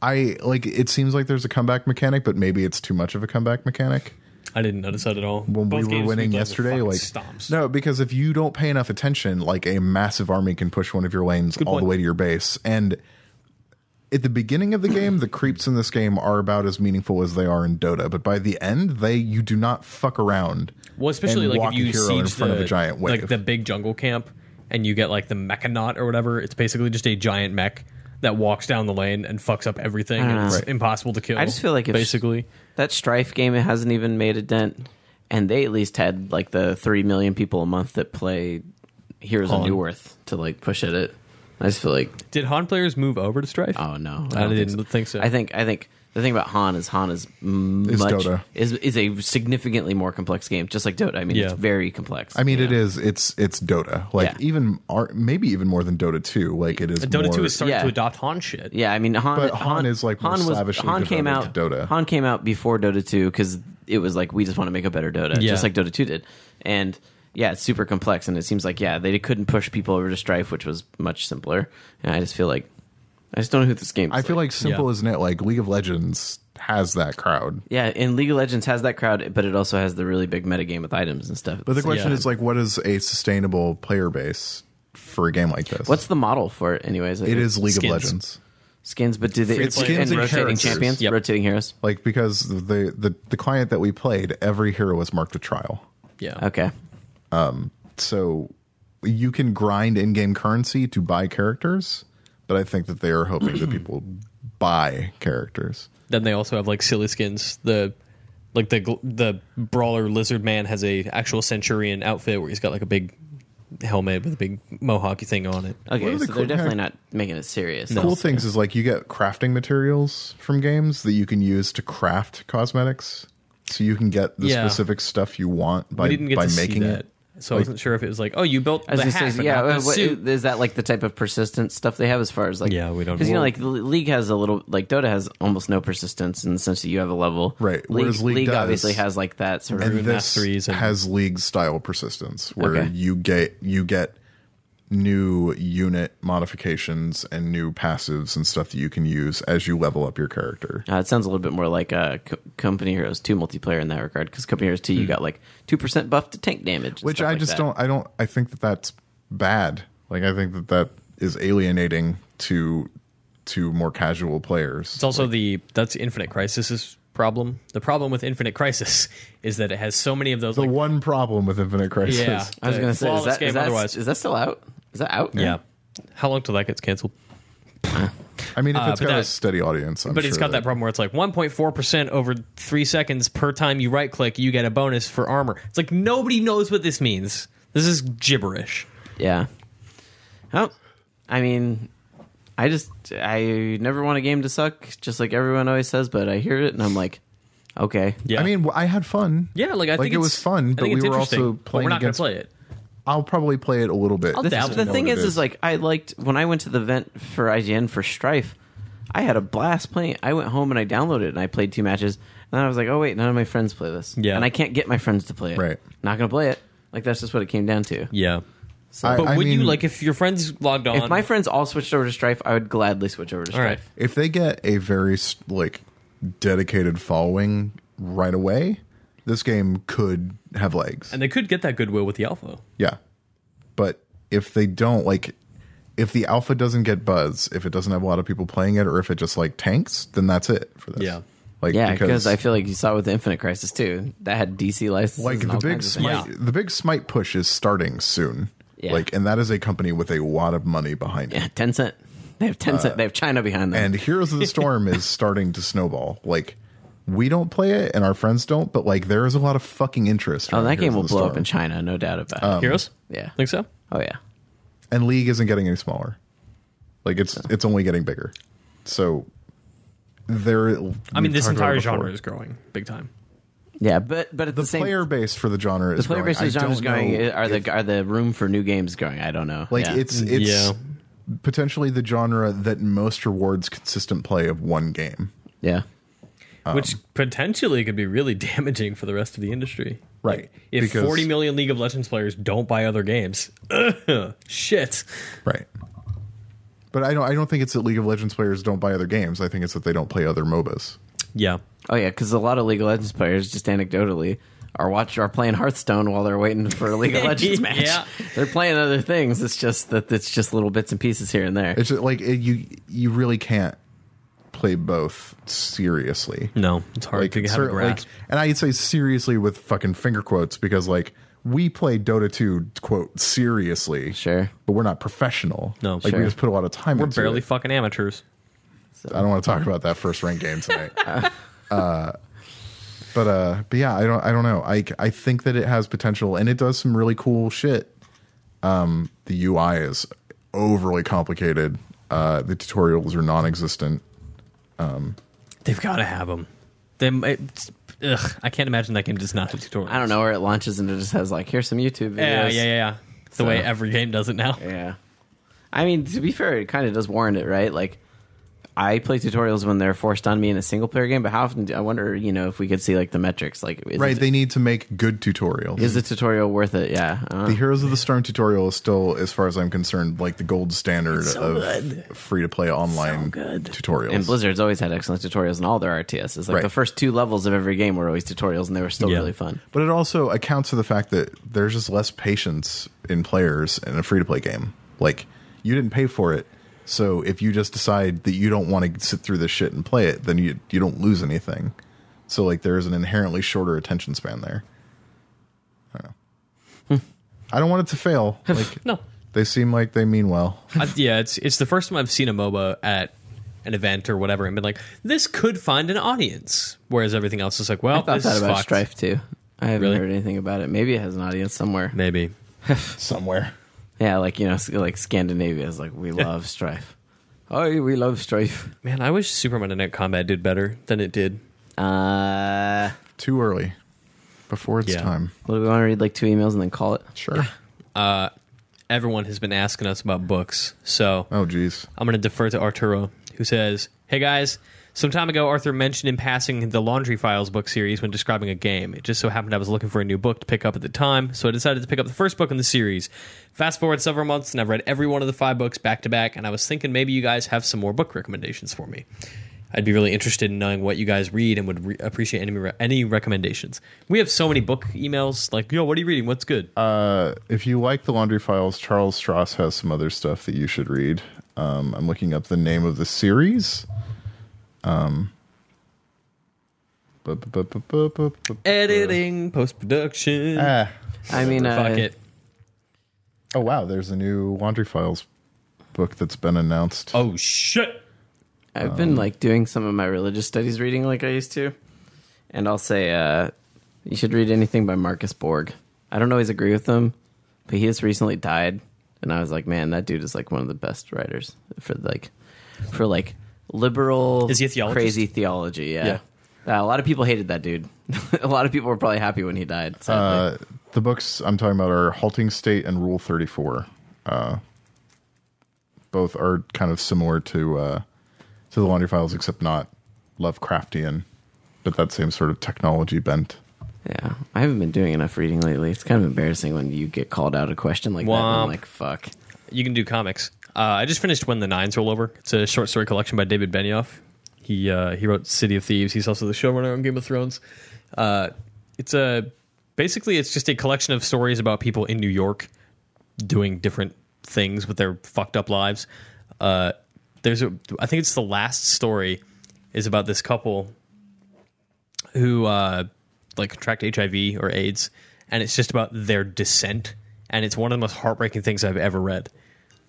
Speaker 2: I like it seems like there's a comeback mechanic, but maybe it's too much of a comeback mechanic.
Speaker 3: I didn't notice that at all.
Speaker 2: when
Speaker 3: Both
Speaker 2: we
Speaker 3: games
Speaker 2: were winning
Speaker 3: played were
Speaker 2: yesterday
Speaker 3: fucking
Speaker 2: like
Speaker 3: stomps.
Speaker 2: no because if you don't pay enough attention like a massive army can push one of your lanes all
Speaker 3: point.
Speaker 2: the way to your base and at the beginning of the game, the creeps in this game are about as meaningful as they are in Dota, but by the end, they you do not fuck around.
Speaker 3: Well, especially
Speaker 2: and
Speaker 3: like
Speaker 2: walk
Speaker 3: if you
Speaker 2: a hero
Speaker 3: siege
Speaker 2: in front
Speaker 3: the,
Speaker 2: of a giant wave.
Speaker 3: like the big jungle camp, and you get like the mechanaut or whatever. It's basically just a giant mech that walks down the lane and fucks up everything, and it's
Speaker 2: Right.
Speaker 3: impossible to kill.
Speaker 1: Mm. I just feel like if-
Speaker 3: basically,
Speaker 1: That Strife game it hasn't even made a dent, and they at least had like the three million people a month that play Heroes of
Speaker 3: On.
Speaker 1: New Earth to like push at it. I just feel like
Speaker 3: did Han players move over to Strife?
Speaker 1: oh no,
Speaker 3: I didn't think so.
Speaker 1: I think I think the thing about Han is Han is m-
Speaker 2: Is
Speaker 1: much
Speaker 2: Dota.
Speaker 1: is is a significantly more complex game, just like Dota. I mean, it's
Speaker 3: Yeah.
Speaker 1: very complex.
Speaker 2: I mean, it is it's it's Dota, like
Speaker 1: Yeah.
Speaker 2: even ar- maybe even more than Dota two. Like it is
Speaker 3: Dota
Speaker 2: more,
Speaker 3: two is starting
Speaker 1: yeah.
Speaker 3: to adopt Han shit.
Speaker 1: Yeah, I mean Han.
Speaker 2: But Han is, like, more slavishly
Speaker 1: Han came
Speaker 2: devoted
Speaker 1: out.
Speaker 2: to Dota.
Speaker 1: Han came out before Dota two because it was like we just want to make a better Dota,
Speaker 3: Yeah.
Speaker 1: just like Dota two did. And yeah, it's super complex, and it seems like yeah they couldn't push people over to Strife, which was much simpler. And I just feel like I just don't know who this game. Is
Speaker 2: I feel like simple
Speaker 3: Yeah.
Speaker 2: isn't it? Like League of Legends has that crowd.
Speaker 1: yeah, and League of Legends has that crowd, but it also has the really big metagame with items and stuff.
Speaker 2: But the question
Speaker 3: Yeah.
Speaker 2: is like, what is a sustainable player base for a game like this?
Speaker 1: what's the model for it, anyways?
Speaker 2: it is League
Speaker 3: Skins.
Speaker 2: of Legends.
Speaker 1: skins, but do they
Speaker 2: It's
Speaker 1: and
Speaker 2: skins and
Speaker 1: rotating
Speaker 2: characters.
Speaker 1: champions,
Speaker 3: Yep.
Speaker 1: rotating heroes?
Speaker 2: Like because the, the the client that we played, every hero was marked with trial.
Speaker 3: Yeah,
Speaker 1: Okay,
Speaker 2: So you can grind in-game currency to buy characters, but I think that they are hoping that people buy characters.
Speaker 3: Then they also have like silly skins. The like the gl- the brawler lizard man has a actual centurion outfit where he's got like a big helmet with a big mohawk thing on it.
Speaker 1: okay,
Speaker 2: are the
Speaker 1: so
Speaker 2: cool
Speaker 1: they're
Speaker 2: character-
Speaker 1: definitely not making it serious.
Speaker 2: Cool things is like you get crafting materials from games that you can use to craft cosmetics. So you can get the
Speaker 3: Yeah.
Speaker 2: specific stuff you want by
Speaker 3: we didn't get
Speaker 2: by
Speaker 3: to
Speaker 2: making
Speaker 3: see
Speaker 2: it.
Speaker 3: that. So I wasn't sure if it was like, oh, you built
Speaker 1: I was
Speaker 3: the
Speaker 1: gonna
Speaker 3: hat,
Speaker 1: say,
Speaker 3: but
Speaker 1: yeah.
Speaker 3: not the
Speaker 1: uh, what-
Speaker 3: suit.
Speaker 1: is that like the type of persistent stuff they have as far as like?
Speaker 3: Yeah, we don't-
Speaker 1: Because you know,
Speaker 3: well-
Speaker 1: like the league has a little, like Dota has almost no persistence in the sense that you have a level,
Speaker 2: Right,
Speaker 1: League,
Speaker 2: whereas League does.
Speaker 1: obviously has like that sort of.
Speaker 2: and
Speaker 3: Rune
Speaker 2: this
Speaker 3: masteries and-
Speaker 2: has league style persistence where
Speaker 1: Okay.
Speaker 2: you get you get new unit modifications and new passives and stuff that you can use as you level up your character
Speaker 1: Uh, it sounds a little bit more like uh, Co- Company Heroes 2 multiplayer in that regard, because Company Heroes 2, you got like 2% buff to tank damage. and
Speaker 2: Hmm. which
Speaker 1: stuff
Speaker 2: i
Speaker 1: like
Speaker 2: just
Speaker 1: that.
Speaker 2: don't i don't i think that that's bad like i think that that is alienating to to more casual players
Speaker 3: It's also the that's Infinite Crisis's problem. The problem with Infinite Crisis is that it has so many of those.
Speaker 2: the
Speaker 3: like,
Speaker 2: one problem with infinite crisis
Speaker 3: yeah,
Speaker 1: I was
Speaker 3: the
Speaker 1: going to say, is
Speaker 3: flawless
Speaker 1: that,
Speaker 3: game
Speaker 1: is, that,
Speaker 3: otherwise.
Speaker 1: is that still out? Is that out?
Speaker 3: yeah. How long till that gets canceled?
Speaker 2: i mean if
Speaker 3: Uh,
Speaker 2: it's
Speaker 3: but
Speaker 2: got a
Speaker 3: that-
Speaker 2: steady audience I'm
Speaker 3: But it's
Speaker 2: sure
Speaker 3: got that problem where it's like 1.4% over three seconds per time you right click, you get a bonus for armor. It's like nobody knows what this means. This is gibberish.
Speaker 1: Yeah. Oh, I mean, I just I never want a game to suck, just like everyone always says. But I hear it and I'm like, okay,
Speaker 3: Yeah.
Speaker 2: i mean w- i had fun
Speaker 3: yeah, like I think
Speaker 2: it
Speaker 3: it's-
Speaker 2: was fun
Speaker 3: I
Speaker 2: but
Speaker 3: think
Speaker 2: we
Speaker 3: it's
Speaker 2: were
Speaker 3: interesting,
Speaker 2: also
Speaker 3: but
Speaker 2: playing
Speaker 3: We're not
Speaker 2: against
Speaker 3: going to play it.
Speaker 2: i'll probably play it a little bit
Speaker 1: The,
Speaker 3: dabble.
Speaker 1: the
Speaker 3: know
Speaker 1: thing
Speaker 2: what it
Speaker 1: is, is,
Speaker 2: is.
Speaker 1: like I liked when I went to the event for IGN for Strife. I had a blast playing. it. I went home and I downloaded it and I played two matches. And then I was like, oh wait, none of my friends play this.
Speaker 3: Yeah.
Speaker 1: and I can't get my friends to play it.
Speaker 2: Right.
Speaker 1: not gonna play it. Like that's just what it came down to.
Speaker 3: Yeah.
Speaker 2: I-
Speaker 3: But
Speaker 2: I
Speaker 3: would you
Speaker 2: mean-
Speaker 3: like if your friends logged on?
Speaker 1: If my friends all switched over to Strife, I would gladly switch over to
Speaker 3: All right.
Speaker 1: Strife.
Speaker 2: if they get a very like dedicated following right away, this game could have legs.
Speaker 3: and they could get that goodwill with the alpha.
Speaker 2: yeah, but if they don't like, if the alpha doesn't get buzz, if it doesn't have a lot of people playing it, or if it just like tanks, then that's it for this.
Speaker 3: Yeah.
Speaker 2: like
Speaker 1: Yeah, because I feel like you saw it with the Infinite Crisis too. That had DC licenses.
Speaker 2: like
Speaker 1: and
Speaker 2: the
Speaker 1: all
Speaker 2: big
Speaker 1: kinds of things.
Speaker 2: smite,
Speaker 3: Yeah.
Speaker 2: the big smite push is starting soon.
Speaker 1: Yeah.
Speaker 2: Like, and that is a company with a lot of money behind it.
Speaker 1: Yeah, ten cent. They have ten cent. They have China behind them.
Speaker 2: Uh, and Heroes of the Storm is starting to snowball. Like we don't play it and our friends don't, but like there is a lot of fucking interest.
Speaker 1: oh,
Speaker 2: around
Speaker 1: that
Speaker 2: Heroes
Speaker 1: game will
Speaker 2: of the
Speaker 1: blow
Speaker 2: Storm. Um,
Speaker 1: up in China, no doubt about it.
Speaker 3: Heroes?
Speaker 1: Um, yeah.
Speaker 3: Think so?
Speaker 1: oh yeah.
Speaker 2: and League isn't getting any smaller. Like it's it's only getting bigger. So there.
Speaker 3: I mean, this entire genre is growing big time.
Speaker 1: Yeah, but but at the,
Speaker 2: the
Speaker 1: same
Speaker 2: player base for the genre is
Speaker 1: the player
Speaker 2: growing.
Speaker 1: base of
Speaker 2: I
Speaker 1: genre is
Speaker 2: don't
Speaker 1: going.
Speaker 2: know
Speaker 1: Are the are the room for new games going? I don't know.
Speaker 2: Like
Speaker 1: Yeah.
Speaker 2: it's it's
Speaker 3: Yeah.
Speaker 2: potentially the genre that most rewards consistent play of one game.
Speaker 1: yeah.
Speaker 3: which potentially could be really damaging for the rest of the industry.
Speaker 2: Right,
Speaker 3: If
Speaker 2: because-
Speaker 3: 40 million League of Legends players don't buy other games, shit.
Speaker 2: Right. But I don't. I don't think it's that League of Legends players don't buy other games. I think it's that they don't play other MOBAs.
Speaker 3: Yeah.
Speaker 1: Oh yeah, because a lot of League of Legends players, just anecdotally, are watch are playing Hearthstone while they're waiting for a League of Legends match.
Speaker 3: Yeah.
Speaker 1: They're playing other things. It's just that it's just little bits and pieces here and there.
Speaker 2: It's just, like it, you you really can't play both seriously.
Speaker 3: No, it's hard
Speaker 2: Like,
Speaker 3: to have
Speaker 2: cer-
Speaker 3: a grasp.
Speaker 2: like, and I'd say seriously with fucking finger quotes because like we play Dota 2 quote seriously,
Speaker 1: Sure.
Speaker 2: but we're not professional.
Speaker 3: No.
Speaker 2: like
Speaker 1: Sure.
Speaker 2: we just put a lot of time.
Speaker 3: We're
Speaker 2: into
Speaker 3: barely
Speaker 2: It.
Speaker 3: fucking amateurs.
Speaker 2: I don't want to talk about that first ranked game tonight. uh, but uh, but yeah, I don't I don't know. I I think that it has potential and it does some really cool shit. Um, the UI is overly complicated. Uh, the tutorials are non-existent.
Speaker 3: They've got to have them. They, it's, ugh, I can't imagine that game does not have tutorials.
Speaker 1: I don't know where it launches and it just has like here's some YouTube videos.
Speaker 3: Yeah, yeah, yeah. yeah. The way
Speaker 1: So-
Speaker 3: every game does it now.
Speaker 1: Yeah. I mean, to be fair, it kind of does warrant it, right? Like, I play tutorials when they're forced on me in a single player game, but how often do I wonder, you know, if we could see like the metrics? Like, is,
Speaker 2: Right,
Speaker 1: it,
Speaker 2: they need to make good tutorials.
Speaker 1: is the tutorial worth it? Yeah. uh-huh. I don't
Speaker 2: the
Speaker 1: know.
Speaker 2: Heroes of the Storm tutorial is still, as far as I'm concerned, like the gold standard
Speaker 3: so good.
Speaker 2: of free to play online
Speaker 3: So good.
Speaker 2: tutorials.
Speaker 1: and Blizzard's always had excellent tutorials in all their RTSs. Like,
Speaker 2: Right.
Speaker 1: the first two levels of every game were always tutorials, and they were still
Speaker 3: Yeah.
Speaker 1: really fun.
Speaker 2: but it also accounts for the fact that there's just less patience in players in a free to play game. Like you didn't pay for it, so if you just decide that you don't want to sit through this shit and play it, then you you don't lose anything. So like there is an inherently shorter attention span there. I don't know. I don't want it to fail. Like
Speaker 3: No.
Speaker 2: they seem like they mean well.
Speaker 3: I, yeah, it's it's the first time I've seen a MOBA at an event or whatever and been like, this could find an audience. Whereas everything else is like, well,
Speaker 1: I thought
Speaker 3: this
Speaker 1: that
Speaker 3: is
Speaker 1: about
Speaker 3: fucked.
Speaker 1: Strife, too. I haven't
Speaker 3: Really?
Speaker 1: heard anything about it. Maybe it has an audience somewhere.
Speaker 3: Maybe.
Speaker 2: Somewhere.
Speaker 1: Yeah, like, you know, s- like Scandinavia is like, we love Strife. Oh, we love Strife.
Speaker 3: Man, I wish Super Monday Night Combat did better than it did.
Speaker 1: Uh,
Speaker 2: Too early. Before it's
Speaker 3: Yeah.
Speaker 2: time.
Speaker 1: what do we want to read? Like, two emails and then call it?
Speaker 2: Sure.
Speaker 3: Everyone has been asking us about books, so
Speaker 2: Oh geez.
Speaker 3: I'm going to defer to Arturo, who says, Hey guys, some time ago, Arthur mentioned in passing the Laundry Files book series when describing a game. It just so happened I was looking for a new book to pick up at the time, so I decided to pick up the first book in the series. Fast forward several months, and I've read every one of the five books back to back, and I was thinking maybe you guys have some more book recommendations for me. I'd be really interested in knowing what you guys read and would re- appreciate any, re- any recommendations. We have so many book emails, like, yo, what are you reading? What's good?
Speaker 2: Uh, if you like the laundry files charles strauss has some other stuff that you should read um, i'm looking up the name of the series um, bu- bu- bu- bu- bu- bu- bu-
Speaker 3: Editing, post production.
Speaker 2: ah.
Speaker 1: I mean, uh,
Speaker 3: Fuck it.
Speaker 2: oh wow there's a new laundry files book that's been announced
Speaker 3: Oh, shit.
Speaker 1: I've
Speaker 3: Um,
Speaker 1: been like doing some of my religious studies reading like I used to, and I'll say uh, you should read anything by Marcus Borg. I don't always agree with him, but he has recently died, and I was like, man, that dude is like one of the best writers for like for like liberal
Speaker 3: Is he a theologist?
Speaker 1: crazy theology. Yeah, Uh, a lot of people hated that dude. a lot of people were probably happy when he died. sadly.
Speaker 2: uh, the books i'm talking about are halting state and rule 34 uh, both are kind of similar to uh, to the laundry files except not lovecraftian but that same sort of technology bent
Speaker 1: yeah, I haven't been doing enough reading lately. It's kind of embarrassing when you get called out a question like that. And
Speaker 3: Womp.
Speaker 1: I'm like, fuck.
Speaker 3: You can do comics. Uh, I just finished When the Nines Roll Over. It's a short story collection by David Benioff. He uh, he wrote City of Thieves. He's also the showrunner on Game of Thrones. Uh, it's a basically it's just a collection of stories about people in New York doing different things with their fucked up lives. Uh, there's a, I think it's the last story is about this couple who uh, like contract HIV or AIDS, and it's just about their descent. And it's one of the most heartbreaking things I've ever read.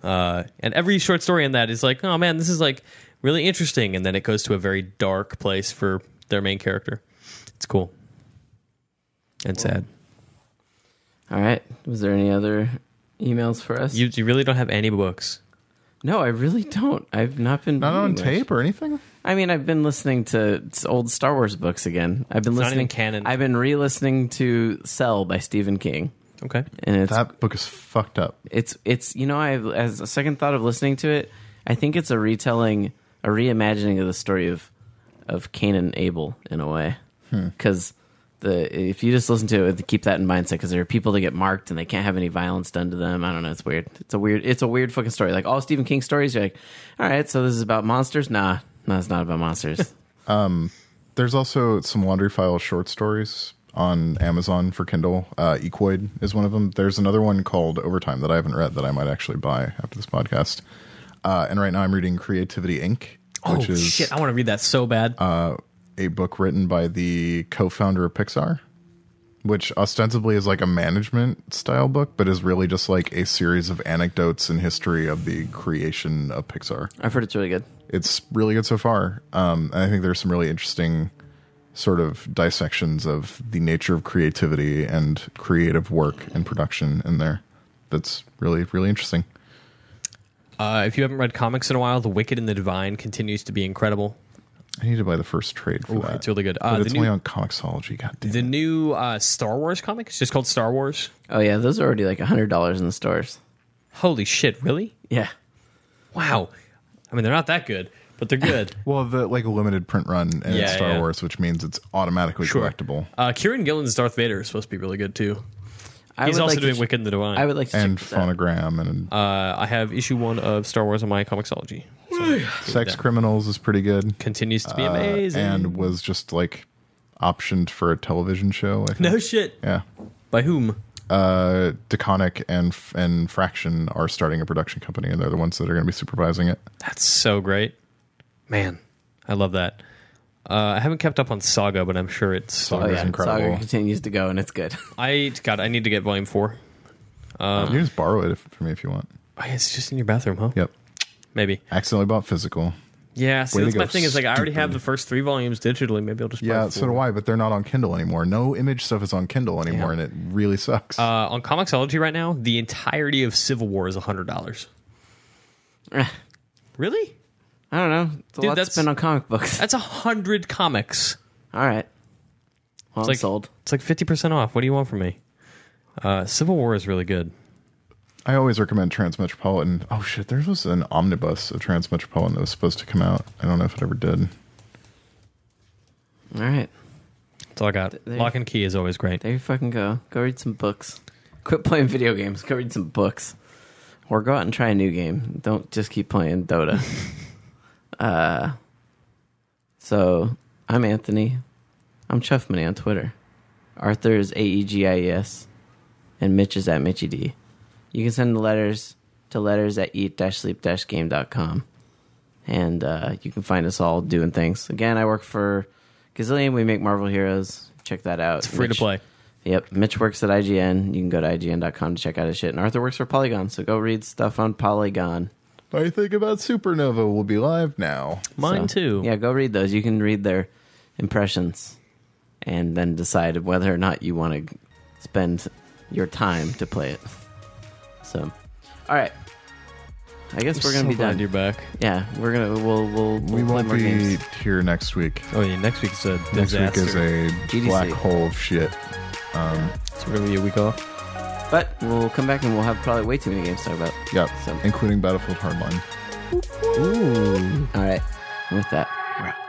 Speaker 3: Uh, and every short story in that is like, oh man, this is like really interesting. And then it goes to a very dark place for their main character. It's cool and sad.
Speaker 1: All right. Was there any other emails for us?
Speaker 3: You you really don't have any books.
Speaker 1: No, I really don't. I've not been
Speaker 2: Not on
Speaker 1: reading much.
Speaker 2: tape or anything?
Speaker 1: I mean, I've been listening to s- old Star Wars books again. I've been
Speaker 3: not
Speaker 1: listening
Speaker 3: even canon.
Speaker 1: I've been re-listening to Cell by Stephen King,
Speaker 3: Okay.
Speaker 1: and it's
Speaker 2: That book is fucked up.
Speaker 1: it's it's you know I as a second thought of listening to it, I think it's a retelling, a reimagining of the story of of Cain and Abel in a way, because the if you just listen to it, keep that in mindset because there are people that get marked and they can't have any violence done to them. I don't know, it's weird. It's a weird it's a weird fucking story. Like all Stephen King stories, you're like, all right, so this is about monsters? Nah, no, it's not about monsters.
Speaker 2: There's also some laundry file short stories on Amazon for Kindle. Uh, Equoid is one of them. There's another one called Overtime that I haven't read that I might actually buy after this podcast. Uh, and right now I'm reading Creativity Inc.
Speaker 3: Oh
Speaker 2: which is
Speaker 3: shit! I want to read that so bad.
Speaker 2: a book written by the co-founder of Pixar, which ostensibly is like a management style book, but is really just like a series of anecdotes and history of the creation of Pixar.
Speaker 1: I've heard it's really good.
Speaker 2: It's really good so far. Um, and I think there's some really interesting sort of dissections of the nature of creativity and creative work and production in there. That's really, really interesting.
Speaker 3: Uh, if you haven't read comics in a while, The Wicked and the Divine continues to be incredible.
Speaker 2: I need to buy the first trade for
Speaker 3: Ooh,
Speaker 2: that.
Speaker 3: it's really good. Uh,
Speaker 2: But
Speaker 3: the
Speaker 2: it's
Speaker 3: new-
Speaker 2: only on Comixology. God damn.
Speaker 3: The new uh, Star Wars comic is just called Star Wars.
Speaker 1: Oh yeah, those are already like hundred dollars in the stores.
Speaker 3: Holy shit! Really?
Speaker 1: Yeah,
Speaker 3: Wow. I mean, they're not that good, but they're good.
Speaker 2: Well, the like a limited print run and it's
Speaker 3: Yeah,
Speaker 2: Star
Speaker 3: yeah.
Speaker 2: Wars, which means it's automatically
Speaker 3: Sure.
Speaker 2: collectible.
Speaker 3: Uh, Kieran Gillen's Darth Vader is supposed to be really good too.
Speaker 1: I
Speaker 3: He's
Speaker 1: would
Speaker 3: also
Speaker 1: like to
Speaker 3: doing
Speaker 1: ch-
Speaker 3: Wicked and the Divine.
Speaker 1: I would like to
Speaker 2: And
Speaker 1: check this out.
Speaker 2: phonogram and
Speaker 3: uh, I have issue one of Star Wars on my Comixology.
Speaker 2: Sex Criminals is pretty good.
Speaker 3: Continues to be
Speaker 2: Uh,
Speaker 3: amazing.
Speaker 2: and was just like optioned for a television show. I think.
Speaker 3: no shit.
Speaker 2: Yeah.
Speaker 3: By whom?
Speaker 2: Uh, Deconic and F- and Fraction are starting a production company, and they're the ones that are going to be supervising it.
Speaker 3: That's so great, man. I love that. Uh, I haven't kept up on Saga, but I'm sure it's.
Speaker 1: Oh
Speaker 2: Saga is
Speaker 1: yeah,
Speaker 2: incredible.
Speaker 1: Saga continues to go and it's good.
Speaker 3: I God, I need to get Volume Four. Um,
Speaker 2: you can just borrow it if, for me if you want.
Speaker 3: Oh, yeah, it's just in your bathroom, huh?
Speaker 2: Yep.
Speaker 3: Maybe.
Speaker 2: Accidentally bought physical.
Speaker 3: Yeah, see,
Speaker 2: Way to
Speaker 3: that's my
Speaker 2: go,
Speaker 3: thing. Is like I already have
Speaker 2: stupid.
Speaker 3: the first three volumes digitally. Maybe I'll just
Speaker 2: Yeah,
Speaker 3: Buy
Speaker 2: so do I. But they're not on Kindle anymore. No image stuff is on Kindle anymore, and it really sucks.
Speaker 3: Uh, on Comixology right now, the entirety of Civil War is hundred dollars.
Speaker 1: Eh,
Speaker 3: Really?
Speaker 1: I don't know. It's a
Speaker 3: Dude,
Speaker 1: lot to
Speaker 3: that's-
Speaker 1: spend on comic books.
Speaker 3: That's a hundred comics.
Speaker 1: All right. Well, I'm
Speaker 3: like-
Speaker 1: sold.
Speaker 3: It's like fifty percent off. What do you want from me? Uh, Civil War is really good.
Speaker 2: I always recommend Transmetropolitan. Oh shit, there was an omnibus of Transmetropolitan that was supposed to come out. I don't know if it ever did.
Speaker 1: All right.
Speaker 3: That's all I got.
Speaker 1: there-
Speaker 3: Lock and Key is always great.
Speaker 1: There you fucking go. Go read some books. Quit playing video games. Go read some books. Or go out and try a new game. Don't just keep playing Dota. uh, so, I'm Anthony. I'm Chuff Money on Twitter. Arthur is A E G I E S. And Mitch is at Mitchy D. You can send the letters to letters at eat sleep game.com. And uh, you can find us all doing things. Again, I work for Gazillion. We make Marvel Heroes. Check that out.
Speaker 3: It's free to
Speaker 1: Mitch-
Speaker 3: play.
Speaker 1: Yep. Mitch works at IGN. You can go to IGN.com to check out his shit. And Arthur works for Polygon, so go read stuff on Polygon.
Speaker 2: I think about Supernova will be live now.
Speaker 3: Mine
Speaker 1: So,
Speaker 3: too.
Speaker 1: Yeah, go read those. You can read their impressions and then decide whether or not you want to spend your time to play it. So, all right. I guess we're going to be done.
Speaker 3: You're back.
Speaker 1: Yeah, we're going to we'll we'll, we'll
Speaker 2: We
Speaker 1: play
Speaker 2: won't
Speaker 1: more
Speaker 2: be
Speaker 1: games.
Speaker 2: here next week.
Speaker 3: Oh yeah, next week's a
Speaker 2: Next
Speaker 3: disaster.
Speaker 2: week is a
Speaker 1: GDC.
Speaker 2: black hole of shit.
Speaker 3: It's gonna be a week off.
Speaker 1: But we'll come back and we'll have probably way too many games to talk about.
Speaker 2: Yep,
Speaker 1: So-
Speaker 2: including Battlefield Hardline.
Speaker 1: All right. With that, we're out.